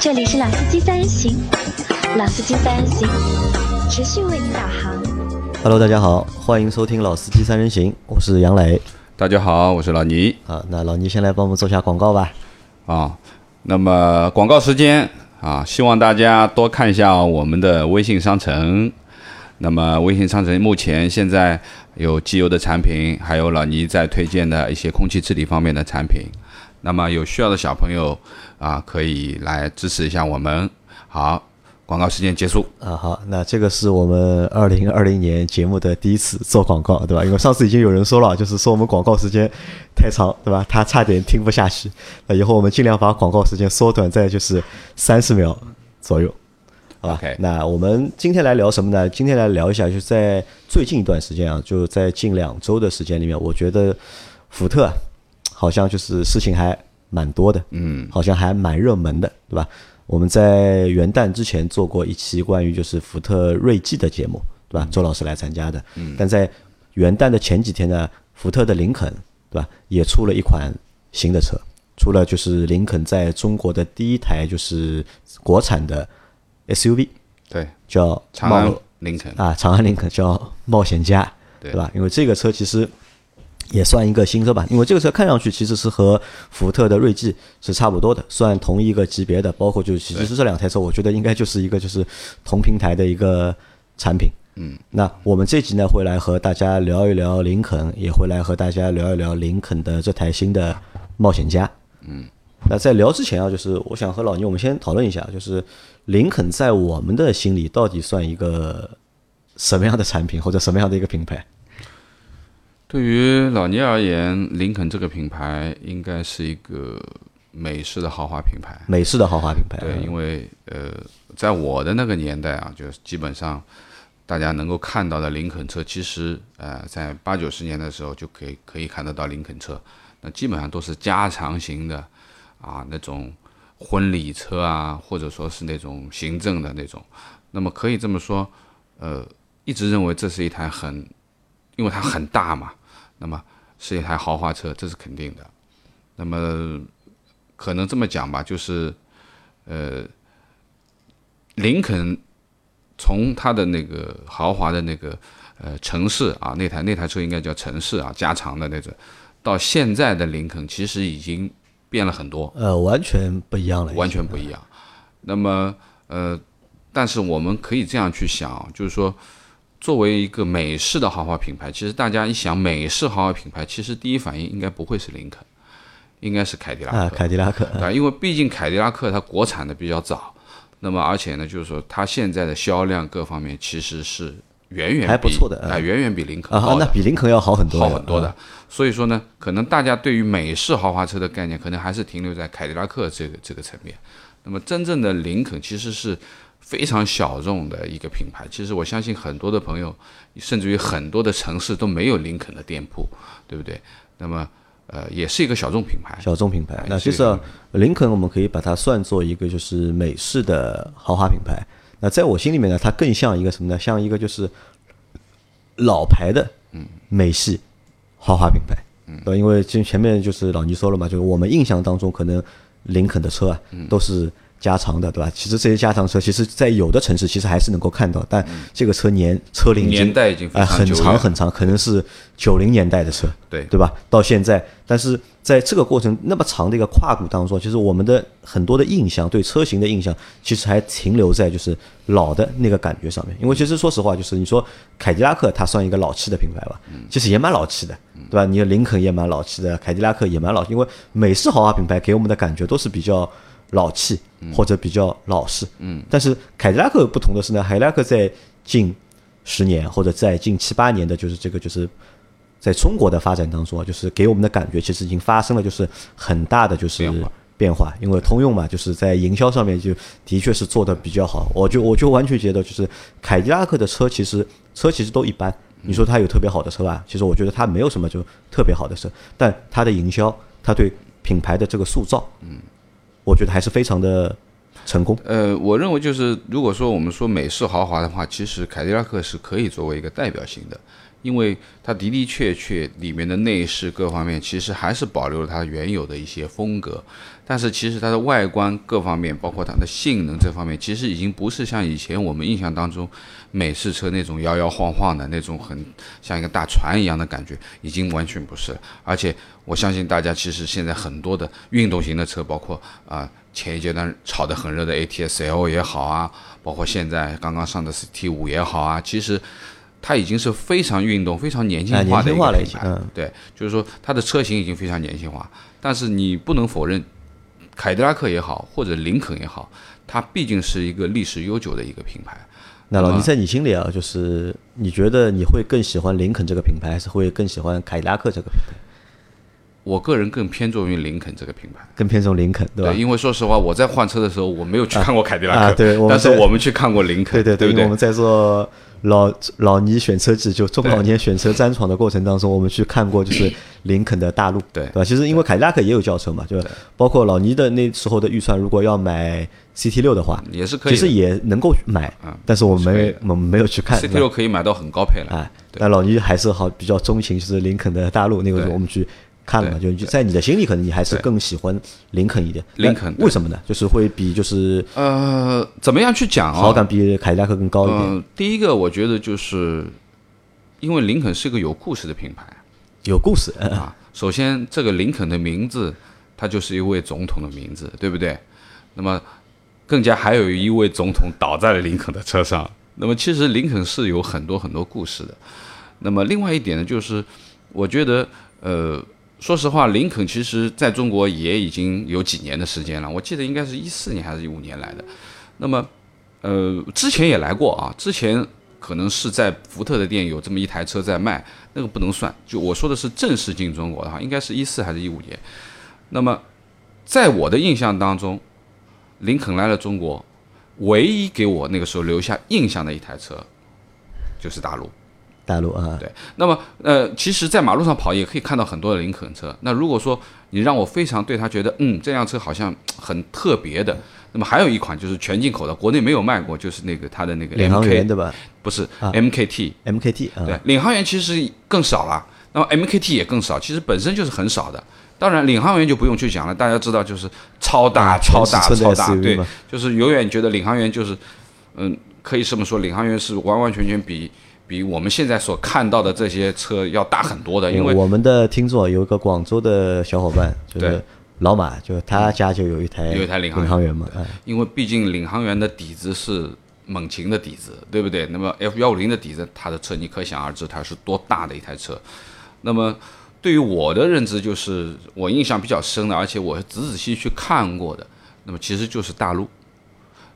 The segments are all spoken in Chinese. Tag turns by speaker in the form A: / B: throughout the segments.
A: 这里是老司机三人行，老司机三人行，持续为你导航。
B: Hello，大家好，欢迎收听《老司机三人行》，我是杨磊
C: 大家好，我是老倪
B: 啊。那老倪先来帮我们做下广告吧。
C: 啊。那么广告时间啊，希望大家多看一下我们的微信商城。那么微信商城目前现在有机油的产品，还有老倪在推荐的一些空气治理方面的产品。那么有需要的小朋友啊，可以来支持一下我们。好，广告时间结束。
B: 啊，好，那这个是我们二零二零年节目的第一次做广告，对吧？因为上次已经有人说了，就是说我们广告时间太长，对吧？他差点听不下去。那以后我们尽量把广告时间缩短在就是三十秒左右，好吧
C: OK
B: 那我们今天来聊什么呢？今天来聊一下，就是在最近一段时间啊，就在近两周的时间里面，我觉得福特好像就是事情还蛮多的，嗯，好像还蛮热门的，对吧？我们在元旦之前做过一期关于就是福特锐际的节目，对吧？周老师来参加的，嗯，但在元旦的前几天呢，福特的林肯，对吧，也出了一款新的车，出了就是林肯在中国的第一台就是国产的 SUV，
C: 对，
B: 叫
C: 长
B: 冒
C: 安
B: 露
C: 凌晨。
B: 啊，长安林肯叫冒险家，对
C: 对
B: 吧？因为这个车其实也算一个新车吧，因为这个车看上去其实是和福特的锐际是差不多的，算同一个级别的，包括就是其实这两台车，我觉得应该就是一个就是同平台的一个产品。嗯，那我们这集呢会来和大家聊一聊林肯，也会来和大家聊一聊林肯的这台新的冒险家。那在聊之前啊，就是我想和老倪我们先讨论一下，就是林肯在我们的心里到底算一个什么样的产品，或者什么样的一个品牌？
C: 对于老倪而言，林肯这个品牌应该是一个美式的豪华品牌。
B: 美式的豪华品牌。
C: 对，因为呃，在我的那个年代啊，就是基本上大家能够看到的林肯车，其实呃，在八九十年的时候就可以可以看得到林肯车，那基本上都是加长型的啊，那种婚礼车啊，或者说是那种行政的那种。那么可以这么说，呃，一直认为这是一台很，因为它很大嘛，那么是一台豪华车，这是肯定的。那么可能这么讲吧，就是呃，林肯从它的那个豪华的那个呃城市啊，那台那台车应该叫城市啊，加长的那种，到现在的林肯其实已经变了很多，
B: 呃，完全不一样了。
C: 完全不一样。那么呃，但是我们可以这样去想，啊就是说。作为一个美式的豪华品牌，其实大家一想美式豪华品牌，其实第一反应应该不会是林肯，应该是凯迪拉克。
B: 啊，凯迪拉克。
C: 对，因为毕竟凯迪拉克它国产的比较早，那么而且呢，就是说它现在的销量各方面其实是远远比
B: 还不错的嗯
C: 啊、远远比林肯
B: 啊
C: 高，
B: 那
C: 的，
B: 比林肯要好很多，
C: 好很多
B: 啊
C: 的。所以说呢，可能大家对于美式豪华车的概念，可能还是停留在凯迪拉克这个这个层面。那么真正的林肯其实是非常小众的一个品牌，其实我相信很多的朋友，甚至于很多的城市都没有林肯的店铺，对不对？那么呃，也是一个小众品牌，
B: 小众品牌
C: 哎。
B: 那其实
C: 这
B: 啊林肯我们可以把它算作一个就是美式的豪华品牌。那在我心里面呢，它更像一个什么呢？像一个就是老牌的
C: 嗯
B: 美系豪华品牌。嗯，对吧，因为前前面就是老倪说了嘛，就是我们印象当中可能林肯的车啊
C: 嗯
B: 都是加长的，对吧？其实这些加长车，其实在有的城市其实还是能够看到，但这个车年车龄已经
C: 嗯年代已经非
B: 哎
C: 常
B: 很
C: 久
B: 长
C: 远
B: 很长，可能是九零年代的车。
C: 对
B: 对吧？到现在，但是在这个过程那么长的一个跨度当中，其实我们的很多的印象对车型的印象，其实还停留在就是老的那个感觉上面。因为其实说实话，就是你说凯迪拉克它算一个老气的品牌吧，其实也蛮老气的，对吧？你的林肯也蛮老气的，凯迪拉克也蛮老气，因为美式豪华品牌给我们的感觉都是比较。老气或者比较老式，嗯，但是凯迪拉克不同的是呢，凯迪拉克在近十年或者在近七八年的，就是这个就是在中国的发展当中啊，就是给我们的感觉其实已经发生了就是很大的就是
C: 变化
B: 变化，因为通用嘛，就是在营销上面就的确是做的比较好，我就我就完全觉得就是凯迪拉克的车其实车其实都一般，你说它有特别好的车吧，其实我觉得它没有什么就特别好的车，但它的营销，它对品牌的这个塑造，嗯，我觉得还是非常的成功。
C: 呃，我认为就是，如果说我们说美式豪华的话，其实凯迪拉克是可以作为一个代表性的，因为它的的确确里面的内饰各方面其实还是保留了它原有的一些风格，但是其实它的外观各方面，包括它的性能这方面，其实已经不是像以前我们印象当中美式车那种摇摇晃晃的那种很像一个大船一样的感觉，已经完全不是了。而且我相信大家其实现在很多的运动型的车，包括啊、前一阶段炒得很 热的 ATS L 也好啊，包括现在刚刚上的 CT 五也好啊，其实它已经是非常运动、非常年轻
B: 哎
C: 化
B: 年
C: 的
B: 轻
C: 一
B: 化
C: 个
B: 了已
C: 品牌。
B: 经嗯
C: 对，就是说它的车型已经非常年轻化，但是你不能否认，凯迪拉克也好，或者林肯也好，它毕竟是一个历史悠久的一个品牌。
B: 那老倪在你心里啊，就是你觉得你会更喜欢林肯这个品牌，还是会更喜欢凯迪拉克这个品牌？
C: 我个人更偏重于林肯这个品牌。
B: 更偏重林肯，对吧？
C: 因为说实话，我在换车的时候，我没有去看过凯迪拉克，
B: 啊对我们
C: 但是
B: 在
C: 我们去看过林肯，
B: 对对
C: 对
B: 因
C: 不
B: 为我们在做老老倪选车记，就中老年选车专闯的过程当中，我们去看过就是林肯的大陆，
C: 对
B: 吧？其实因为凯迪拉克也有轿车嘛，就包括老倪的那时候的预算，如果要买 CT 六的话，
C: 嗯也是可以
B: 其
C: 的。嗯
B: 实也能够买，但是我们没我们没有去看对
C: CT
B: 吧
C: 六可以买到很高配了。
B: 哎，但老倪还是好比较钟情，就是林肯的大陆那个时候我们去看了嘛，就就在你的心里，可能你还是更喜欢林肯一点。
C: 林肯
B: 那为什么呢？就是会比就是
C: 呃，怎么样去讲啊？
B: 好感比凯迪拉克更高一点，
C: 嗯、第一个我觉得就是，因为林肯是一个有故事的品牌
B: 有故事。嗯
C: 啊。首先，这个林肯的名字，它就是一位总统的名字，对不对？那么，更加还有一位总统倒在了林肯的车上。那么，其实林肯是有很多很多故事的。那么，另外一点呢，就是我觉得，呃，说实话，林肯其实在中国也已经有几年的时间了，我记得应该是一四年还是一五年来的。那么，呃，之前也来过啊，之前可能是在福特的店有这么一台车在卖，那个不能算。就我说的是正式进中国的哈，应该是一四还是一五年。那么，在我的印象当中，林肯来了中国，唯一给我那个时候留下印象的一台车，就是大陆。
B: 大陆啊，
C: 对，那么呃，其实，在马路上跑也可以看到很多的林肯车。那如果说你让我非常对它觉得，嗯，这辆车好像很特别的，那么还有一款就是全进口的，国内没有卖过，就是那个它的那个
B: 领航员
C: MK，
B: 对吧
C: 不是 MKT，
B: ？MKT 啊，
C: 对，领航员其实更少了，那么 MKT 也更少，其实本身就是很少的。当然，领航员就不用去讲了，大家知道就是超大、
B: 嗯
C: 超大、
B: 全尺寸
C: 超
B: 的
C: 大，
B: SUV
C: 对
B: 嘛，
C: 就是永远觉得领航员就是，嗯，可以这么说，领航员是完完全全比比我们现在所看到的这些车要大很多的，因为
B: 我们的听众啊有一个广州的小伙伴，就是
C: 对
B: 老马，就是他家就有一台
C: 有一台领航员
B: 航员嘛，哎
C: 因为毕竟领航员的底子是猛禽的底子，对不对？那么 F 幺五零的底子，它的车你可想而知它是多大的一台车。那么对于我的认知，就是我印象比较深的，而且我仔仔细细去看过的，那么其实就是大陆。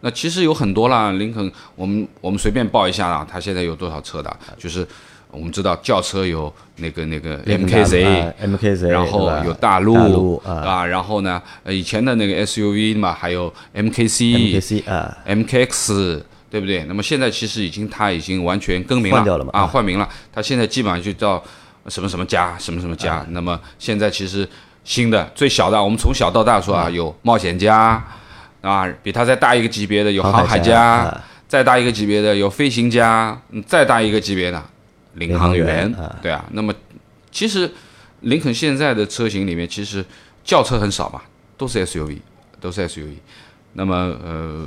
C: 那其实有很多啦，林肯，我们我们随便报一下啦，它现在有多少车的？就是我们知道轿车有那个那个 MKZ，
B: 啊 MKZ，
C: 然后
B: 对吧
C: 有大陆
B: 大陆啊
C: 啊，然后呢，呃以前的那个 SUV 嘛，还有 MKC、
B: MKC 啊，
C: MKX，对不对？那么现在其实已经它已经完全更名
B: 换掉了嘛
C: 啊，
B: 啊
C: 换名了，它现在基本上就叫什么什么家，什么什么家。
B: 啊
C: 那么现在其实新的最小的，我们从小到大说啊，有冒险家啊，比它再大一个级别的有航海
B: 海
C: 家，
B: 啊
C: 再大一个级别的有飞行家，嗯再大一个级别的领航员
B: 领航员啊，
C: 对啊。那么其实林肯现在的车型里面，其实轿车很少嘛，都是 SUV，都是 SUV。那么呃，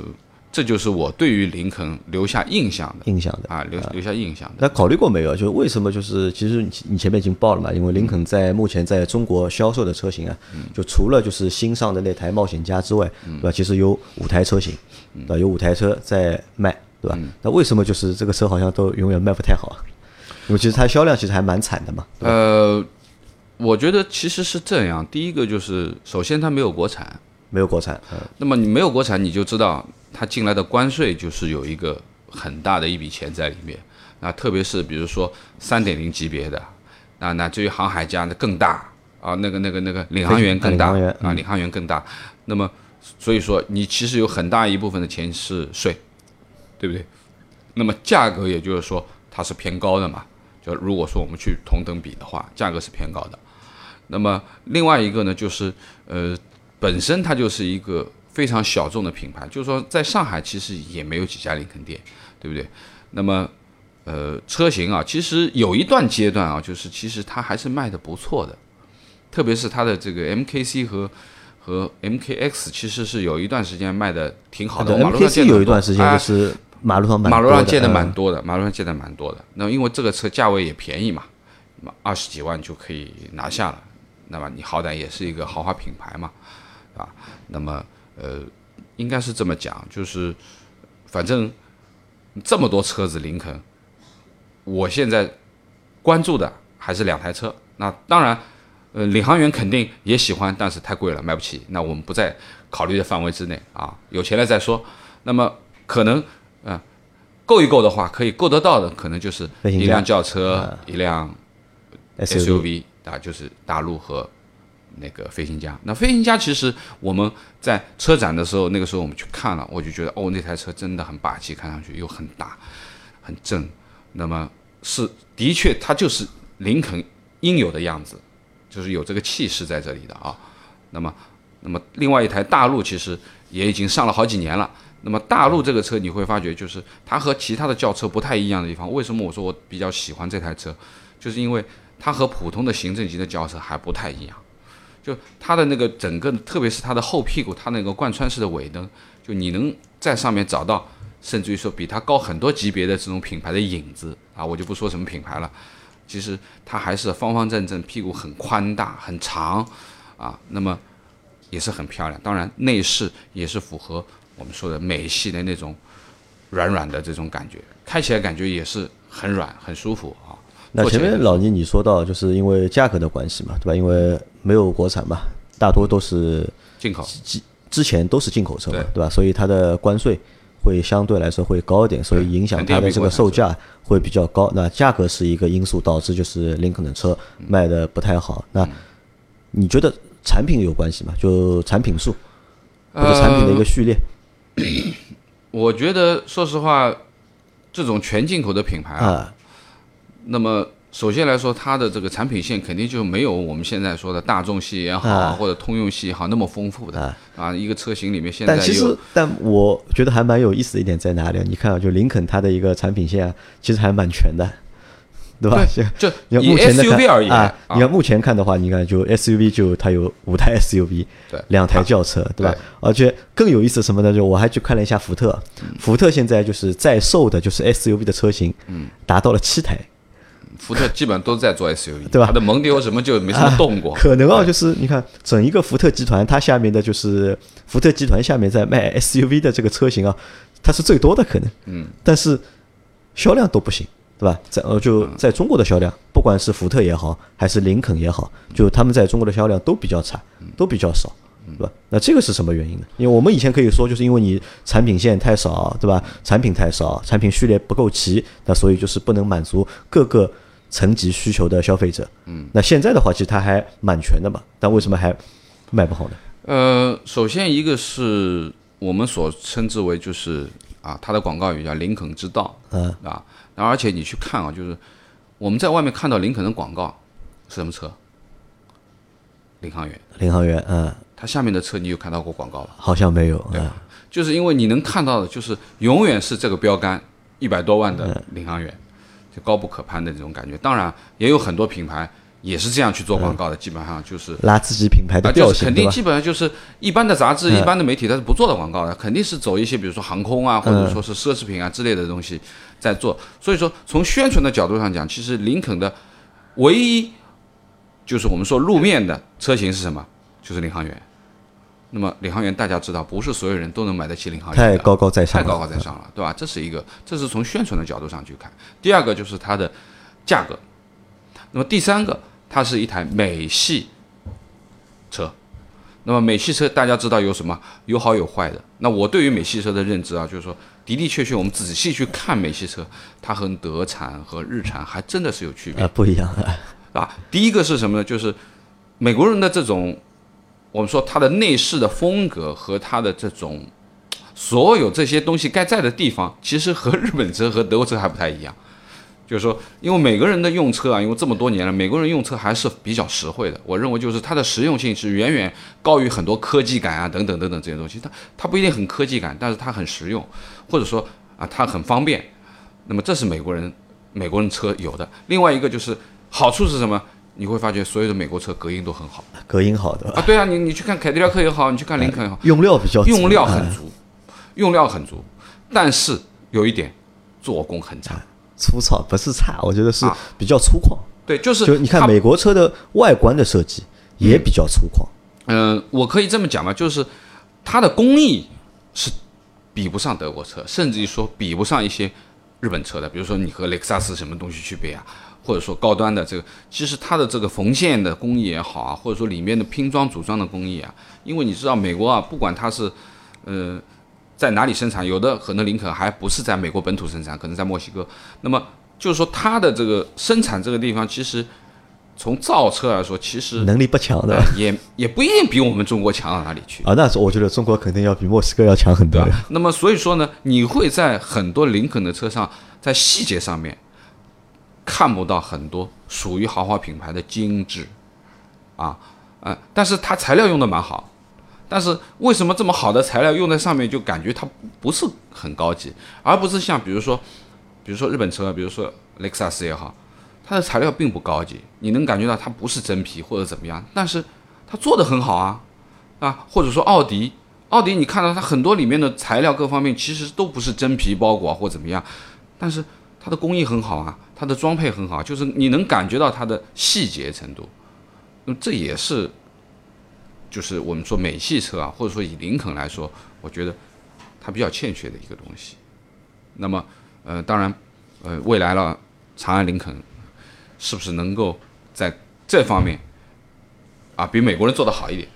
C: 这就是我对于林肯留下印象的
B: 印象的。
C: 啊，留留下印象的。
B: 那考虑过没有？啊就是为什么就是其实你你前面已经报了嘛，因为林
C: 嗯
B: 肯在目前在中国销售的车型啊，就除了就是新上的那台冒险家之外，
C: 嗯
B: 对吧？其实有五台车型，对吧？有五台车在卖，对
C: 嗯
B: 吧？那为什么就是这个车好像都永远卖不太好？啊因为其实它销量其实还蛮惨的嘛，对吧？
C: 呃，我觉得其实是这样，第一个就是首先它没有国产，
B: 没有国产，嗯
C: 那么你没有国产，你就知道它进来的关税就是有一个很大的一笔钱在里面。那特别是比如说三点零级别的，那那至于航海家那更大啊，那个那个那个领航员更大
B: 领航员嗯
C: 啊，领航员更大。那么所以说你其实有很大一部分的钱是税，对不对？那么价格也就是说它是偏高的嘛，就如果说我们去同等比的话，价格是偏高的。那么另外一个呢，就是呃，本身它就是一个非常小众的品牌，就是说在上海其实也没有几家林肯店，对不对？那么呃，车型啊，其实有一段阶段啊，就是其实它还是卖的不错的，特别是它的这个 MKC 和和 MKX 其实是有一段时间卖的挺好的，
B: 对
C: 我马路上见
B: ，MKC
C: 到
B: 有一段时间
C: 哎
B: 就是马路上蛮
C: 马路上
B: 多
C: 借的
B: 嗯
C: 蛮多的，马路上借的蛮多的。那因为这个车价位也便宜嘛，嘛二十几万就可以拿下了。那么你好歹也是一个豪华品牌嘛，啊，那么呃，应该是这么讲，就是反正这么多车子，林肯，我现在关注的还是两台车。那当然，呃，领航员肯定也喜欢，但是太贵了，买不起。那我们不在考虑的范围之内啊，有钱了再说。那么可能呃够一够的话，可以够得到的，可能就是
B: 飞行
C: 一
B: 家嗯
C: 辆轿车、一辆
B: SUV
C: SUV 啊，就是大陆和那个飞行家。那飞行家其实我们在车展的时候，那个时候我们去看了，我就觉得哦，那台车真的很霸气，看上去又很大，很正。那么是的确，它就是林肯应有的样子，就是有这个气势在这里的啊。那么，那么另外一台大陆其实也已经上了好几年了。那么大陆这个车你会发觉，就是它和其他的轿车不太一样的地方。为什么我说我比较喜欢这台车，就是因为它和普通的行政级的轿车还不太一样。就它的那个整个，特别是它的后屁股，它那个贯穿式的尾灯，就你能在上面找到，甚至于说比它高很多级别的这种品牌的影子啊，我就不说什么品牌了。其实它还是方方正正，屁股很宽大、很长啊，那么也是很漂亮。当然，内饰也是符合我们说的美系的那种软软的这种感觉，开起来感觉也是很软、很舒服啊。
B: 那
C: 坐起
B: 前
C: 来
B: 面老倪你说到，就是因为价格的关系嘛，对吧？因为没有国产嘛，大多都是
C: 进口
B: 之前都是进口车嘛
C: 对，
B: 对吧？所以它的关税会相对来说会高一点，所以影响它的这个售价会比较高。那价格是一个因素，导致就是林肯的车卖的不太好。那你觉得产品有关系吗？就产品数或者产品的一个序列，
C: 我觉得，说实话，这种全进口的品牌啊，
B: 啊
C: 那么首先来说，它的这个产品线肯定就没有我们现在说的大众系也好，
B: 啊
C: 或者通用系也好那么丰富的啊。一个车型里面现在
B: 但其
C: 有
B: 实，但我觉得还蛮有意思的一点在哪里啊？你看啊，就林肯它的一个产品线啊，其实还蛮全的，对吧？就
C: 就
B: 你看
C: 以
B: 目前的
C: SUV
B: 看
C: 而言
B: 啊，
C: 啊
B: 你看目前看的话，你看就 SUV 就它有五台 SUV，
C: 对啊
B: 两台轿车，对吧
C: 对？
B: 而且更有意思什么呢？就我还去看了一下福特，
C: 嗯
B: 福特现在就是在售的就是 SUV 的车型，嗯，达到了七台，
C: 福特基本都在做 SUV，
B: 对吧
C: 它的蒙迪欧什么就没什么 动过。
B: 可能啊，就是你看整一个福特集团，它下面的就是福特集团下面在卖 SUV 的这个车型啊，它是最多的可能，嗯，但是销量都不行，对吧？在呃，就在中国的销量，不管是福特也好，还是林肯也好，就他们在中国的销量都比较差，都比较少。对吧？那这个是什么原因呢？因为我们以前可以说，就是因为你产品线太少，对吧？产品太少，产品序列不够齐，那所以就是不能满足各个层级需求的消费者。嗯，那现在的话，其实它还蛮全的嘛，但为什么还卖不好呢？
C: 呃，首先一个是我们所称之为就是啊，它的广告语叫“林肯之道”，嗯啊，然后而且你去看啊，就是我们在外面看到林肯的广告是什么车？领航员，
B: 领航员，嗯，
C: 它下面的车你有看到过广告吧？
B: 好像没有，嗯，
C: 啊就是因为你能看到的，就是永远是这个标杆，一百多万的领航员，就高不可攀的这种感觉。当然，也有很多品牌也是这样去做广告的，基本上就是
B: 拉自己品牌的
C: 啊，
B: 调
C: 就是
B: 性，
C: 肯
B: 对
C: 定
B: 吧？嗯
C: 基本上就是一般的杂志、一般的媒体，它是不做的广告的，肯定是走一些比如说航空啊，或
B: 嗯
C: 者说是奢侈品啊之类的东西在做。所以说，从宣传的角度上讲，其实林肯的唯一就是我们说路面的车型是什么？就是领航员。那么领航员大家知道，不是所有人都能买得起领航员
B: 太
C: 的，
B: 高高在上
C: 太
B: 了，
C: 高高在上了，对吧？这是一个，这是从宣传的角度上去看。第二个就是它的价格，那么第三个，它是一台美系车。那么美系车大家知道有什么？有好有坏的。那我对于美系车的认知啊，就是说的的确确，我们仔细去看美系车，它和德产和日产还真的是有区别
B: 啊，不一样，啊
C: 啊。第一个是什么呢？就是美国人的这种，我们说他的内饰的风格和他的这种所有这些东西该在的地方，其实和日本车和德国车还不太一样。就是说，因为美国人的用车啊，因为这么多年了，美国人用车还是比较实惠的。我认为就是它的实用性是远远高于很多科技感啊等等等等这些东西。它它不一定很科技感，但是它很实用，或者说啊它很方便。那么这是美国人美国人车有的。另外一个就是好处是什么？你会发觉所有的美国车隔音都很好
B: 隔音好的吧，
C: 啊，对啊，你你去看凯迪拉克也好，你去看林肯也好，
B: 用料比较足嗯
C: 用料很足，用料很足，但是有一点，做工很差。
B: 粗糙，不是差，我觉得是
C: 啊
B: 比较粗犷。
C: 对，就是
B: 就是你看
C: 它
B: 美国车的外观的设计也比较粗犷，
C: 嗯、我可以这么讲吧，就是它的工艺是比不上德国车，甚至于说比不上一些日本车的，比如说你和雷克萨斯什么东西区别啊，或者说高端的这个，其实它的这个缝线的工艺也好啊，或者说里面的拼装组装的工艺啊，因为你知道美国啊，不管它是呃在哪里生产，有的可能林肯还不是在美国本土生产，可能在墨西哥，那么就是说它的这个生产这个地方，其实从造车来说，其实
B: 能力不强的
C: 呃也也不一定比我们中国强到哪里去，
B: 啊。那是我觉得中国肯定要比墨西哥要强很多
C: 对吧啊
B: 呀。？
C: 那么所以说呢，你会在很多林肯的车上，在细节上面看不到很多属于豪华品牌的精致，啊，呃，但是它材料用的蛮好，但是为什么这么好的材料用在上面，就感觉它不是很高级，而不是像比如说，比如说日本车，比如说雷克萨斯也好，它的材料并不高级，你能感觉到它不是真皮或者怎么样，但是它做的很好啊，啊，或者说奥迪，奥迪你看到它很多里面的材料各方面其实都不是真皮包裹啊或怎么样，但是它的工艺很好啊，它的装配很好，就是你能感觉到它的细节程度，那么这也是。就是我们说美系车啊，或者说以林肯来说，我觉得它比较欠缺的一个东西。那么，呃，当然，呃，未来了，长安林肯是不是能够在这方面啊比美国人做得好一点？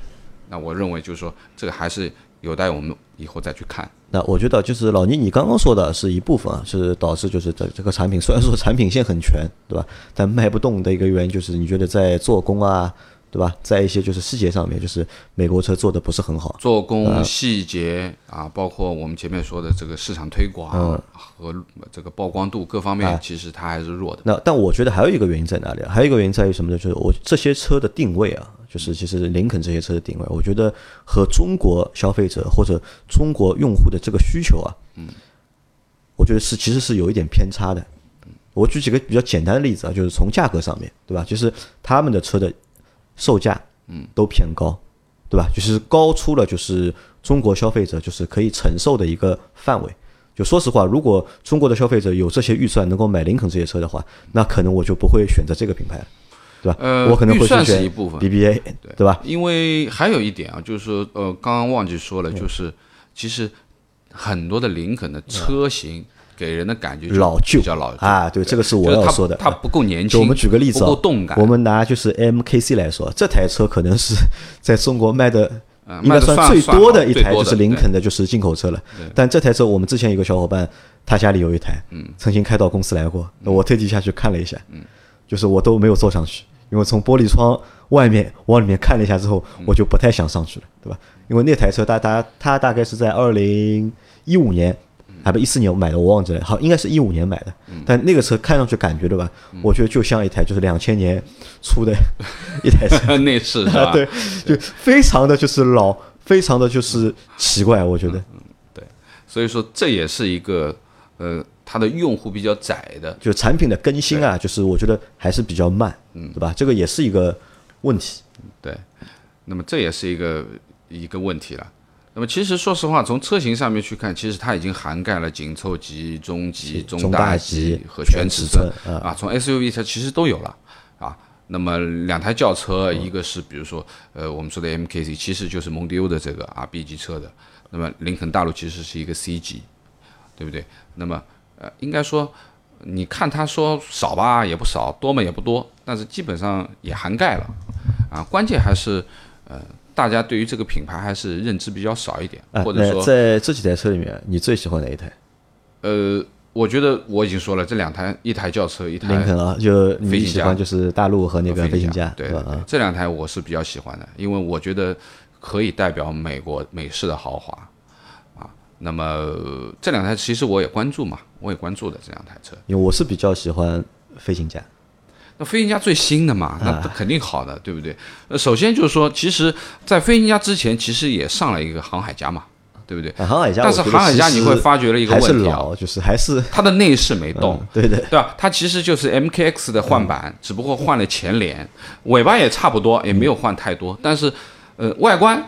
C: 那我认为就是说，这个还是有待我们以后再去看。
B: 那我觉得就是老倪，你刚刚说的是一部分啊，是导致就是这这个产品虽然说产品线很全，对吧？但卖不动的一个原因就是你觉得在做工啊，对吧？在一些就是细节上面，就是美国车做的不是很好。
C: 做工细节啊，包括我们前面说的这个市场推
B: 嗯
C: 广和这个曝光度各方
B: 哎
C: 面，其实它还是弱的。
B: 那但我觉得还有一个原因在哪里啊？还有一个原因在于什么呢？就是我这些车的定位啊，就是其实林肯这些车的定位，我觉得和中国消费者或者中国用户的这个需求啊，嗯，我觉得是其实是有一点偏差的。我举几个比较简单的例子啊，就是从价格上面，对吧？就是他们的车的售价，嗯，都偏高，对吧？就是高出了就是中国消费者就是可以承受的一个范围。就说实话，如果中国的消费者有这些预算能够买林肯这些车的话，那可能我就不会选择这个品牌了，对吧？
C: 呃
B: 我可能会
C: 预算
B: 去
C: 是
B: 选
C: 一部分
B: BBA，对吧？
C: 因为还有一点啊，就是说，呃，刚刚忘记
B: 嗯
C: 说了，就是其实很多的林肯的车型给人的感觉就
B: 老旧
C: 比较老旧
B: 啊，对，这个是
C: 就
B: 我
C: 是
B: 要
C: 它
B: 说的。
C: 它不够年
B: 就
C: 轻。
B: 我们举个例子、啊，
C: 不够动感
B: 我们拿就是 MKC 来说，这台车可能是在中国卖的。
C: 嗯
B: 应该
C: 卖得
B: 最
C: 算
B: 多的一
C: 最
B: 台就
C: 多的
B: 是林肯的，就是进口车了。但这台车我们之前有个小伙伴，他家里有一台，
C: 嗯
B: 曾经开到公司来过，我特地下去看了一下，就是我都没有坐上去，因为从玻璃窗外面往里面看了一下之后，
C: 嗯
B: 我就不太想上去了，对吧？因为那台车大大它大概是在二零一五年。
C: 嗯
B: 还不一四年我买的，我忘记了，好，应该是一五年买的。但那个车看上去感觉对吧？
C: 嗯
B: 我觉得就像一台就是两千年出的 一台车，
C: 内饰是吧？
B: 啊，对， 就非常的就是老，非常的就是奇怪，我觉得。
C: 嗯所以说这也是一个呃，它的用户比较窄的。
B: 就产品的更新啊，就是我觉得还是比较慢，嗯，对吧？这个也是一个问题。
C: 对，那么这也是一个一个问题了。那么其实说实话，从车型上面去看，其实它已经涵盖了紧凑级、中级、
B: 中
C: 大
B: 大级
C: 和
B: 全
C: 全
B: 尺
C: 尺寸
B: 寸嗯
C: 啊，从 SUV 它其实都有了啊。那么两台轿车，
B: 嗯
C: 一个是比如说呃我们说的 MKC，其实就是蒙迪欧的这个啊 B 级车的。那么林肯大陆其实是一个 C 级，对不对？那么呃应该说你看他说少吧也不少，多嘛也不多，但是基本上也涵盖了，啊，关键还是呃，大家对于这个品牌还是认知比较少一点，
B: 啊，
C: 或者
B: 那
C: 说
B: 在这几台车里面，你最喜欢哪一台？
C: 呃，我觉得我已经说了，这两台一台轿车，一台
B: 林肯啊，就你
C: 飞行
B: 喜
C: 家
B: 欢就是大陆和那个飞
C: 飞
B: 行
C: 家
B: 家，，
C: 对
B: 是
C: 对
B: 吧？
C: 对
B: 啊，
C: 这两台我是比较喜欢的，因为我觉得可以代表美国美式的豪华啊。那么呃这两台其实我也关注嘛，我也关注的这两台车。
B: 因为我是比较喜欢飞行家，
C: 那飞行家最新的嘛，
B: 啊
C: 那肯定好的，对不对？呃，首先就是说，其实，在飞行家之前，其实也上了一个航海家嘛，对不对？
B: 啊航海家，
C: 但是
B: 我觉得
C: 航海家
B: 其实
C: 你会发觉了一个
B: 还是
C: 问题啊
B: 老，嗯就是还是
C: 它的内饰没动，
B: 对的，
C: 对吧？它其实就是 MKX 的换版，
B: 嗯
C: 只不过换了前脸，尾巴也差不多，也没有换太多。但是，呃，外观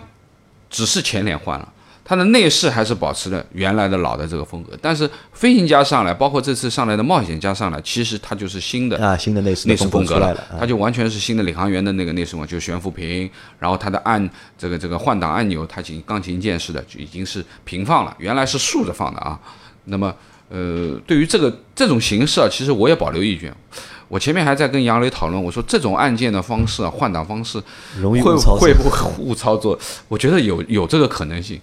C: 只是前脸换了，它的内饰还是保持了原来的老的这个风格。但是飞行家上来，包括这次上来的冒险家上来，其实它就是新的
B: 啊，新的内饰
C: 内
B: 的
C: 饰
B: 风
C: 格
B: 出来了，啊嗯
C: 它就完全是新的领航员的那个内饰嘛，就是悬浮屏，然后它的按这个这个换挡按钮，它仅钢琴键式的就已经是平放了，原来是竖着放的啊。那么呃，对于这个这种形式啊，其实我也保留意见。我前面还在跟杨磊讨论，我说这种按键的方式啊，换挡方式
B: 容易
C: 会
B: 误操作
C: 会不会误操作？我觉得有有这个可能性，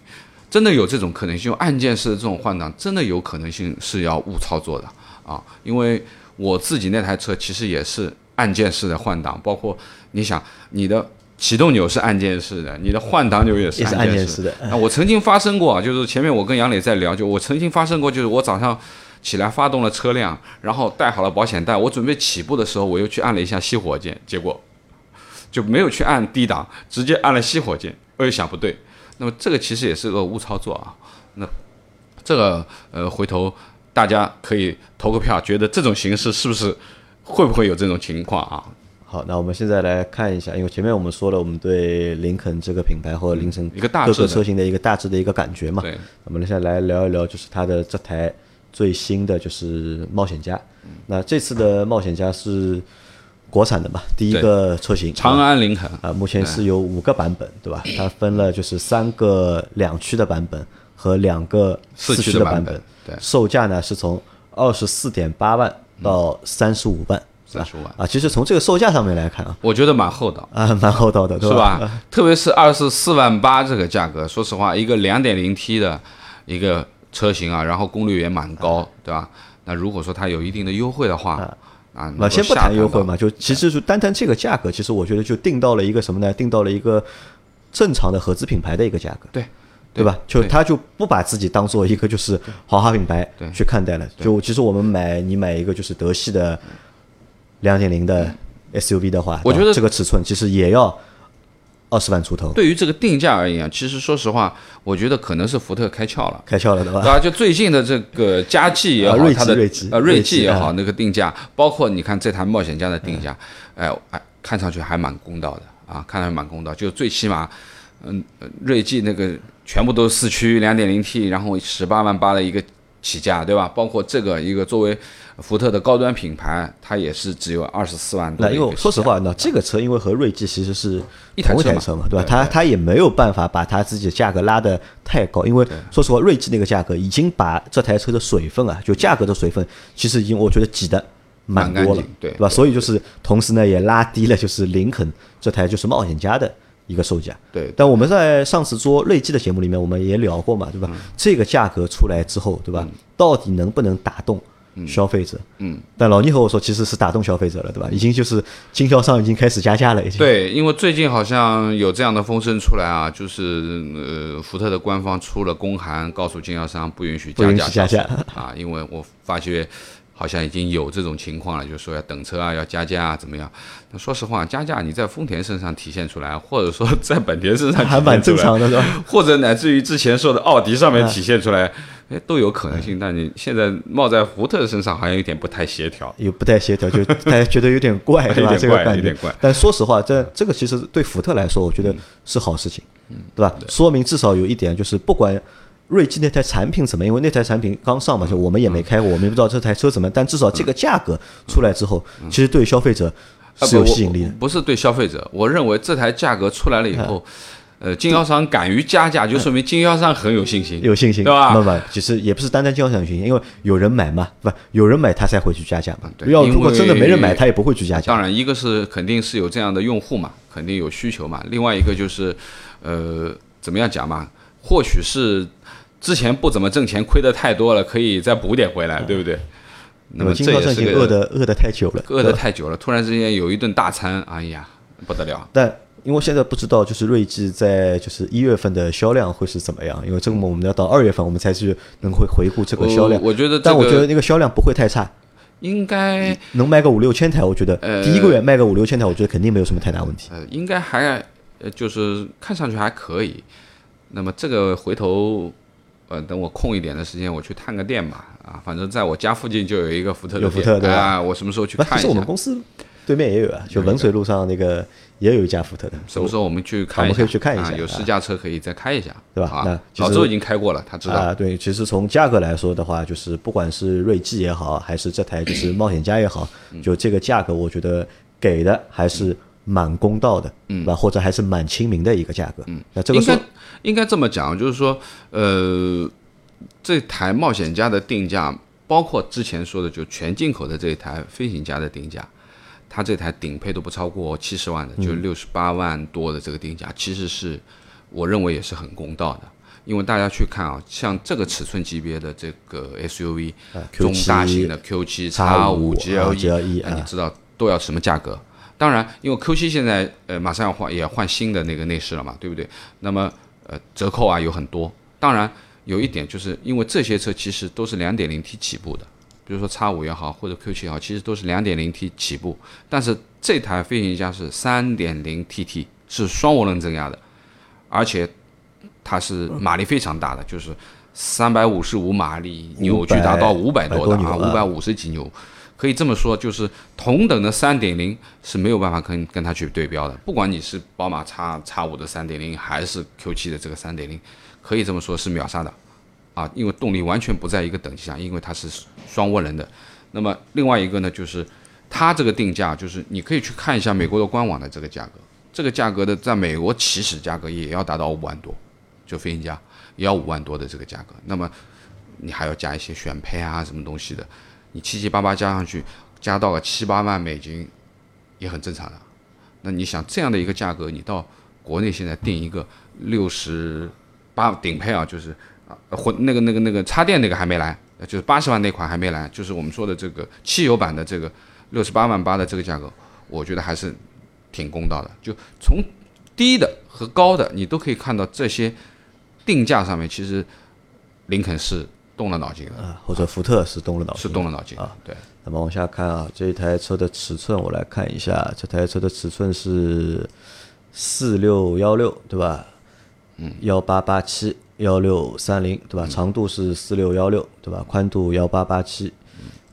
C: 真的有这种可能性。用按键式的这种换挡，真的有可能性是要误操作的啊！因为我自己那台车其实也是按键式的换挡，包括你想你的。启动钮是按键式的，你的换挡钮也是
B: 也是
C: 按键
B: 按键
C: 式
B: 式
C: 的
B: 的。
C: 啊，我曾经发生过啊，就是前面我跟杨磊在聊，就我曾经发生过，就是我早上起来发动了车辆，然后带好了保险带，我准备起步的时候，我又去按了一下熄火键，结果就没有去按 D 档，直接按了熄火键，我又想不对，那么这个其实也是个误操作啊。那这个呃，回头大家可以投个票，觉得这种形式是不是会不会有这种情况啊？
B: 好，那我们现在来看一下，因为前面我们说了我们对林肯这个品牌或者林肯
C: 嗯一个大致
B: 各
C: 的
B: 个车型的一个大致的一个感觉嘛。
C: 对，
B: 我们现在来聊一聊，就是它的这台最新的就是冒险家。
C: 嗯
B: 那这次的冒险家是国产的嘛，第一个车型
C: 长安林肯，
B: 啊，目前是有五个版本，对吧？它分了就是三个两驱的版本和两个
C: 四
B: 四
C: 驱
B: 驱
C: 的
B: 版
C: 版本对
B: 售价呢是从二十四点八万到三十五万，是吧
C: 35万
B: 啊。其实从这个售价上面来看啊，
C: 我觉得蛮厚道。
B: 啊，蛮厚道的，对
C: 是
B: 吧？
C: 吧？ 特别是二十四万八这个价格，说实话，一个两点零 T 的一个车型啊，然后功率也蛮
B: 啊
C: 高，对吧？那如果说它有一定的优惠的话，啊，能够
B: 那先不
C: 下
B: 谈优惠
C: 到
B: 嘛，就其实就单谈这个价格，其实我觉得就定到了一个什么呢？定到了一个正常的合资品牌的一个价格，
C: 对
B: 对吧？就他就不把自己当做一个就是豪华品牌去看待了。就其实我们买你买一个就是德系的两点零的 SUV 的话，
C: 嗯
B: 啊
C: 我觉得
B: 这个尺寸其实也要二十万出头，
C: 对于这个定价而言啊，其实说实话，我觉得可能是福特开窍了。
B: 开窍了，对吧？
C: 对啊，就最近的这个佳绩也
B: 啊
C: 好，
B: 锐
C: 它
B: 际
C: 的
B: 锐际
C: 呃锐
B: 锐
C: 际
B: 际
C: 也
B: 啊
C: 好，那个定价，包括你看这台冒险家的定价，
B: 嗯
C: 哎哎，看上去还蛮公道的啊，看上去蛮公道，就最起码，嗯，呃锐际那个全部都是四驱两点零 T，然后十八万八的一个起价，对吧？包括这个一个作为福特的高端品牌，它也是只有二十四万多
B: 那
C: 的一
B: 因
C: 个
B: 为
C: 起价。
B: 我说实话，那这个车因为和锐际其实是
C: 一台
B: 同一
C: 车
B: 台
C: 嘛
B: 车嘛，对吧？它它也没有办法把它自己的价格拉得太高，因为说实话，锐际那个价格已经把这台车的水分啊，就价格的水分，其实已经我觉得挤得蛮多
C: 蛮干
B: 了
C: 净，对
B: 吧？所以就是同时呢，也拉低了就是林肯这台就是冒险家的一个售价。
C: 对
B: 但我们在上次做锐际的节目里面，我们也聊过嘛，对吧？这个价格出来之后，对吧？到底能不能打动消费者？嗯，但老倪和我说，其实是打动消费者了，对吧？已经就是经销商已经开始加价了，已经。
C: 对，因为最近好像有这样的风声出来啊，就是呃，福特的官方出了公函，告诉经销商不允许
B: 不
C: 加
B: 允
C: 价
B: 许加
C: 销售
B: 价
C: 啊，因为我发觉好像已经有这种情况了，就是说要等车啊，要加价啊，怎么样？那说实话，加价你在丰田身上体现出来，或者说在本田身上体现出来
B: 还 蛮正常啊的，对吧？
C: 或者乃至于之前说的奥迪上面体现出来，
B: 嗯
C: 哎，都有可能性。但你现在冒在福特身上，好像有点不太协调。
B: 也不太协调，就大家觉得有点 怪，对吧？
C: 有点
B: 这
C: 怪
B: 个感觉
C: 有点怪。嗯
B: 但说实话，这这个其实对福特来说，我觉得是好事情，对吧？说明至少有一点，就是不管锐际那台产品怎么样，因为那台产品刚上嘛，就我们也
C: 嗯
B: 没开过，我们也不知道这台车怎么样，但至少这个价格出来之后，其实对消费者
C: 嗯啊
B: 是有吸引力
C: 不
B: 的
C: 我。不是对消费者，我认为这台价格出来了以后，
B: 嗯
C: 呃，经销商敢于加价，就说明经销商很有信心，
B: 有信心，
C: 对
B: 不
C: 吧？
B: 不，其实也不是单单经销商有信心，因为有人买嘛，不有人买他才会去加价嘛。
C: 嗯对
B: 要
C: 因
B: 如果真的
C: 为
B: 没人买，他也不会去加价。
C: 当然，一个是肯定是有这样的用户嘛，肯定有需求嘛。另外一个就是，呃，怎么样讲嘛？或许是之前不怎么挣钱，亏的太多了，可以再补点回来，对不对？那么
B: 嗯经
C: 这
B: 销
C: 也
B: 商已
C: 是
B: 经
C: 个
B: 饿的饿的太久了，对
C: 饿得
B: 吧
C: 太久了，突然之间有一顿大餐，哎呀，不得了。
B: 但因为现在不知道，就是锐际在就是一月份的销量会是怎么样，因为这个我们要到二月份我们才去能会回顾这个销量。
C: 我我觉得这
B: 但我觉
C: 个
B: 得那个销量不会太差，
C: 应该
B: 能卖个五六千台，我觉得第一个月卖个五六千台，我觉得肯定没有什么太大问题。
C: 呃，应该还呃，就是看上去还可以。那么这个回头呃，等我空一点的时间，我去探个店吧。啊，反正在我家附近就有一个福特的
B: 有福
C: 店，
B: 特对吧
C: 啊，我什么时候去
B: 不
C: 看一
B: 是
C: 下？
B: 我们公司对面也有啊，就文水路上那个也有一家福特的，
C: 什么时候我们去看
B: 我
C: 一
B: 们
C: 下？
B: 可以去看一下
C: 啊有试驾车可以再开一下，
B: 对吧
C: 好
B: 那
C: 啊，
B: 其
C: 老
B: 实
C: 周已经开过了，他知道。
B: 啊，对，其实从价格来说的话，就是不管是锐际也好，还是这台就是冒险家也好，
C: 嗯
B: 就这个价格，我觉得给的还是蛮公道的，嗯，吧，或者还是蛮亲民的一个价格。嗯，那这个
C: 应
B: 说
C: 该应该这么讲，就是说，呃，这台冒险家的定价，包括之前说的就全进口的这一台飞行家的定价，它这台顶配都不超过七十万的，
B: 嗯
C: 就六十八万多的这个定价，其实是我认为也是很公道的。因为大家去看啊，像这个尺寸级别的这个 SUV，、
B: Q7
C: 中大型的 Q 7
B: X5
C: X5、
B: 啊
C: GLE，
B: GLE
C: 那
B: 啊
C: 你知道都要什么价格？当然，因为 Q 7现在呃马上要换也换新的那个内饰了嘛，对不对？那么呃折扣啊有很多。当然有一点就是因为这些车其实都是 2.0T 起步的，比如说 X5 也好或者 Q 7也好，其实都是 2.0T 起步，但是这台飞行家是 3.0TT，是双涡轮增压的，而且它是马力非常大的，就是三百五十五马力，扭矩达到五百多的
B: 500
C: 啊，五
B: 牛
C: 百
B: 啊
C: 五十几牛。可以这么说，就是同等的三点零是没有办法跟跟它去对标的。不管你是宝马叉叉五的三点零，还是 Q 7的这个三点零，可以这么说是秒杀的啊，因为动力完全不在一个等级上，因为它是双涡轮的。那么另外一个呢，就是它这个定价，就是你可以去看一下美国的官网的这个价格，这个价格的在美国起始价格也要达到五万多，就飞行家也要五万多的这个价格。那么你还要加一些选配啊什么东西的，你七七八八加上去，加到个七八万美金，也很正常的。那你想这样的一个价格，你到国内现在定一个六十八顶配啊，就是啊混那个那个那个插电那个还没来，呃就是八十万那款还没来，就是我们说的这个汽油版的这个六十八万八的这个价格，我觉得还是挺公道的。就从低的和高的，你都可以看到这些定价上面，其实林肯是动了脑筋的，
B: 啊，或者福特是动了脑筋，
C: 是动了脑筋啊。对，
B: 那么往下看啊，这台车的尺寸我来看一下，这台车的尺寸是四六幺六，对吧？嗯，幺八八七幺六三零，对
C: 嗯
B: 吧？长度是四六幺六，对吧？宽度幺八八七，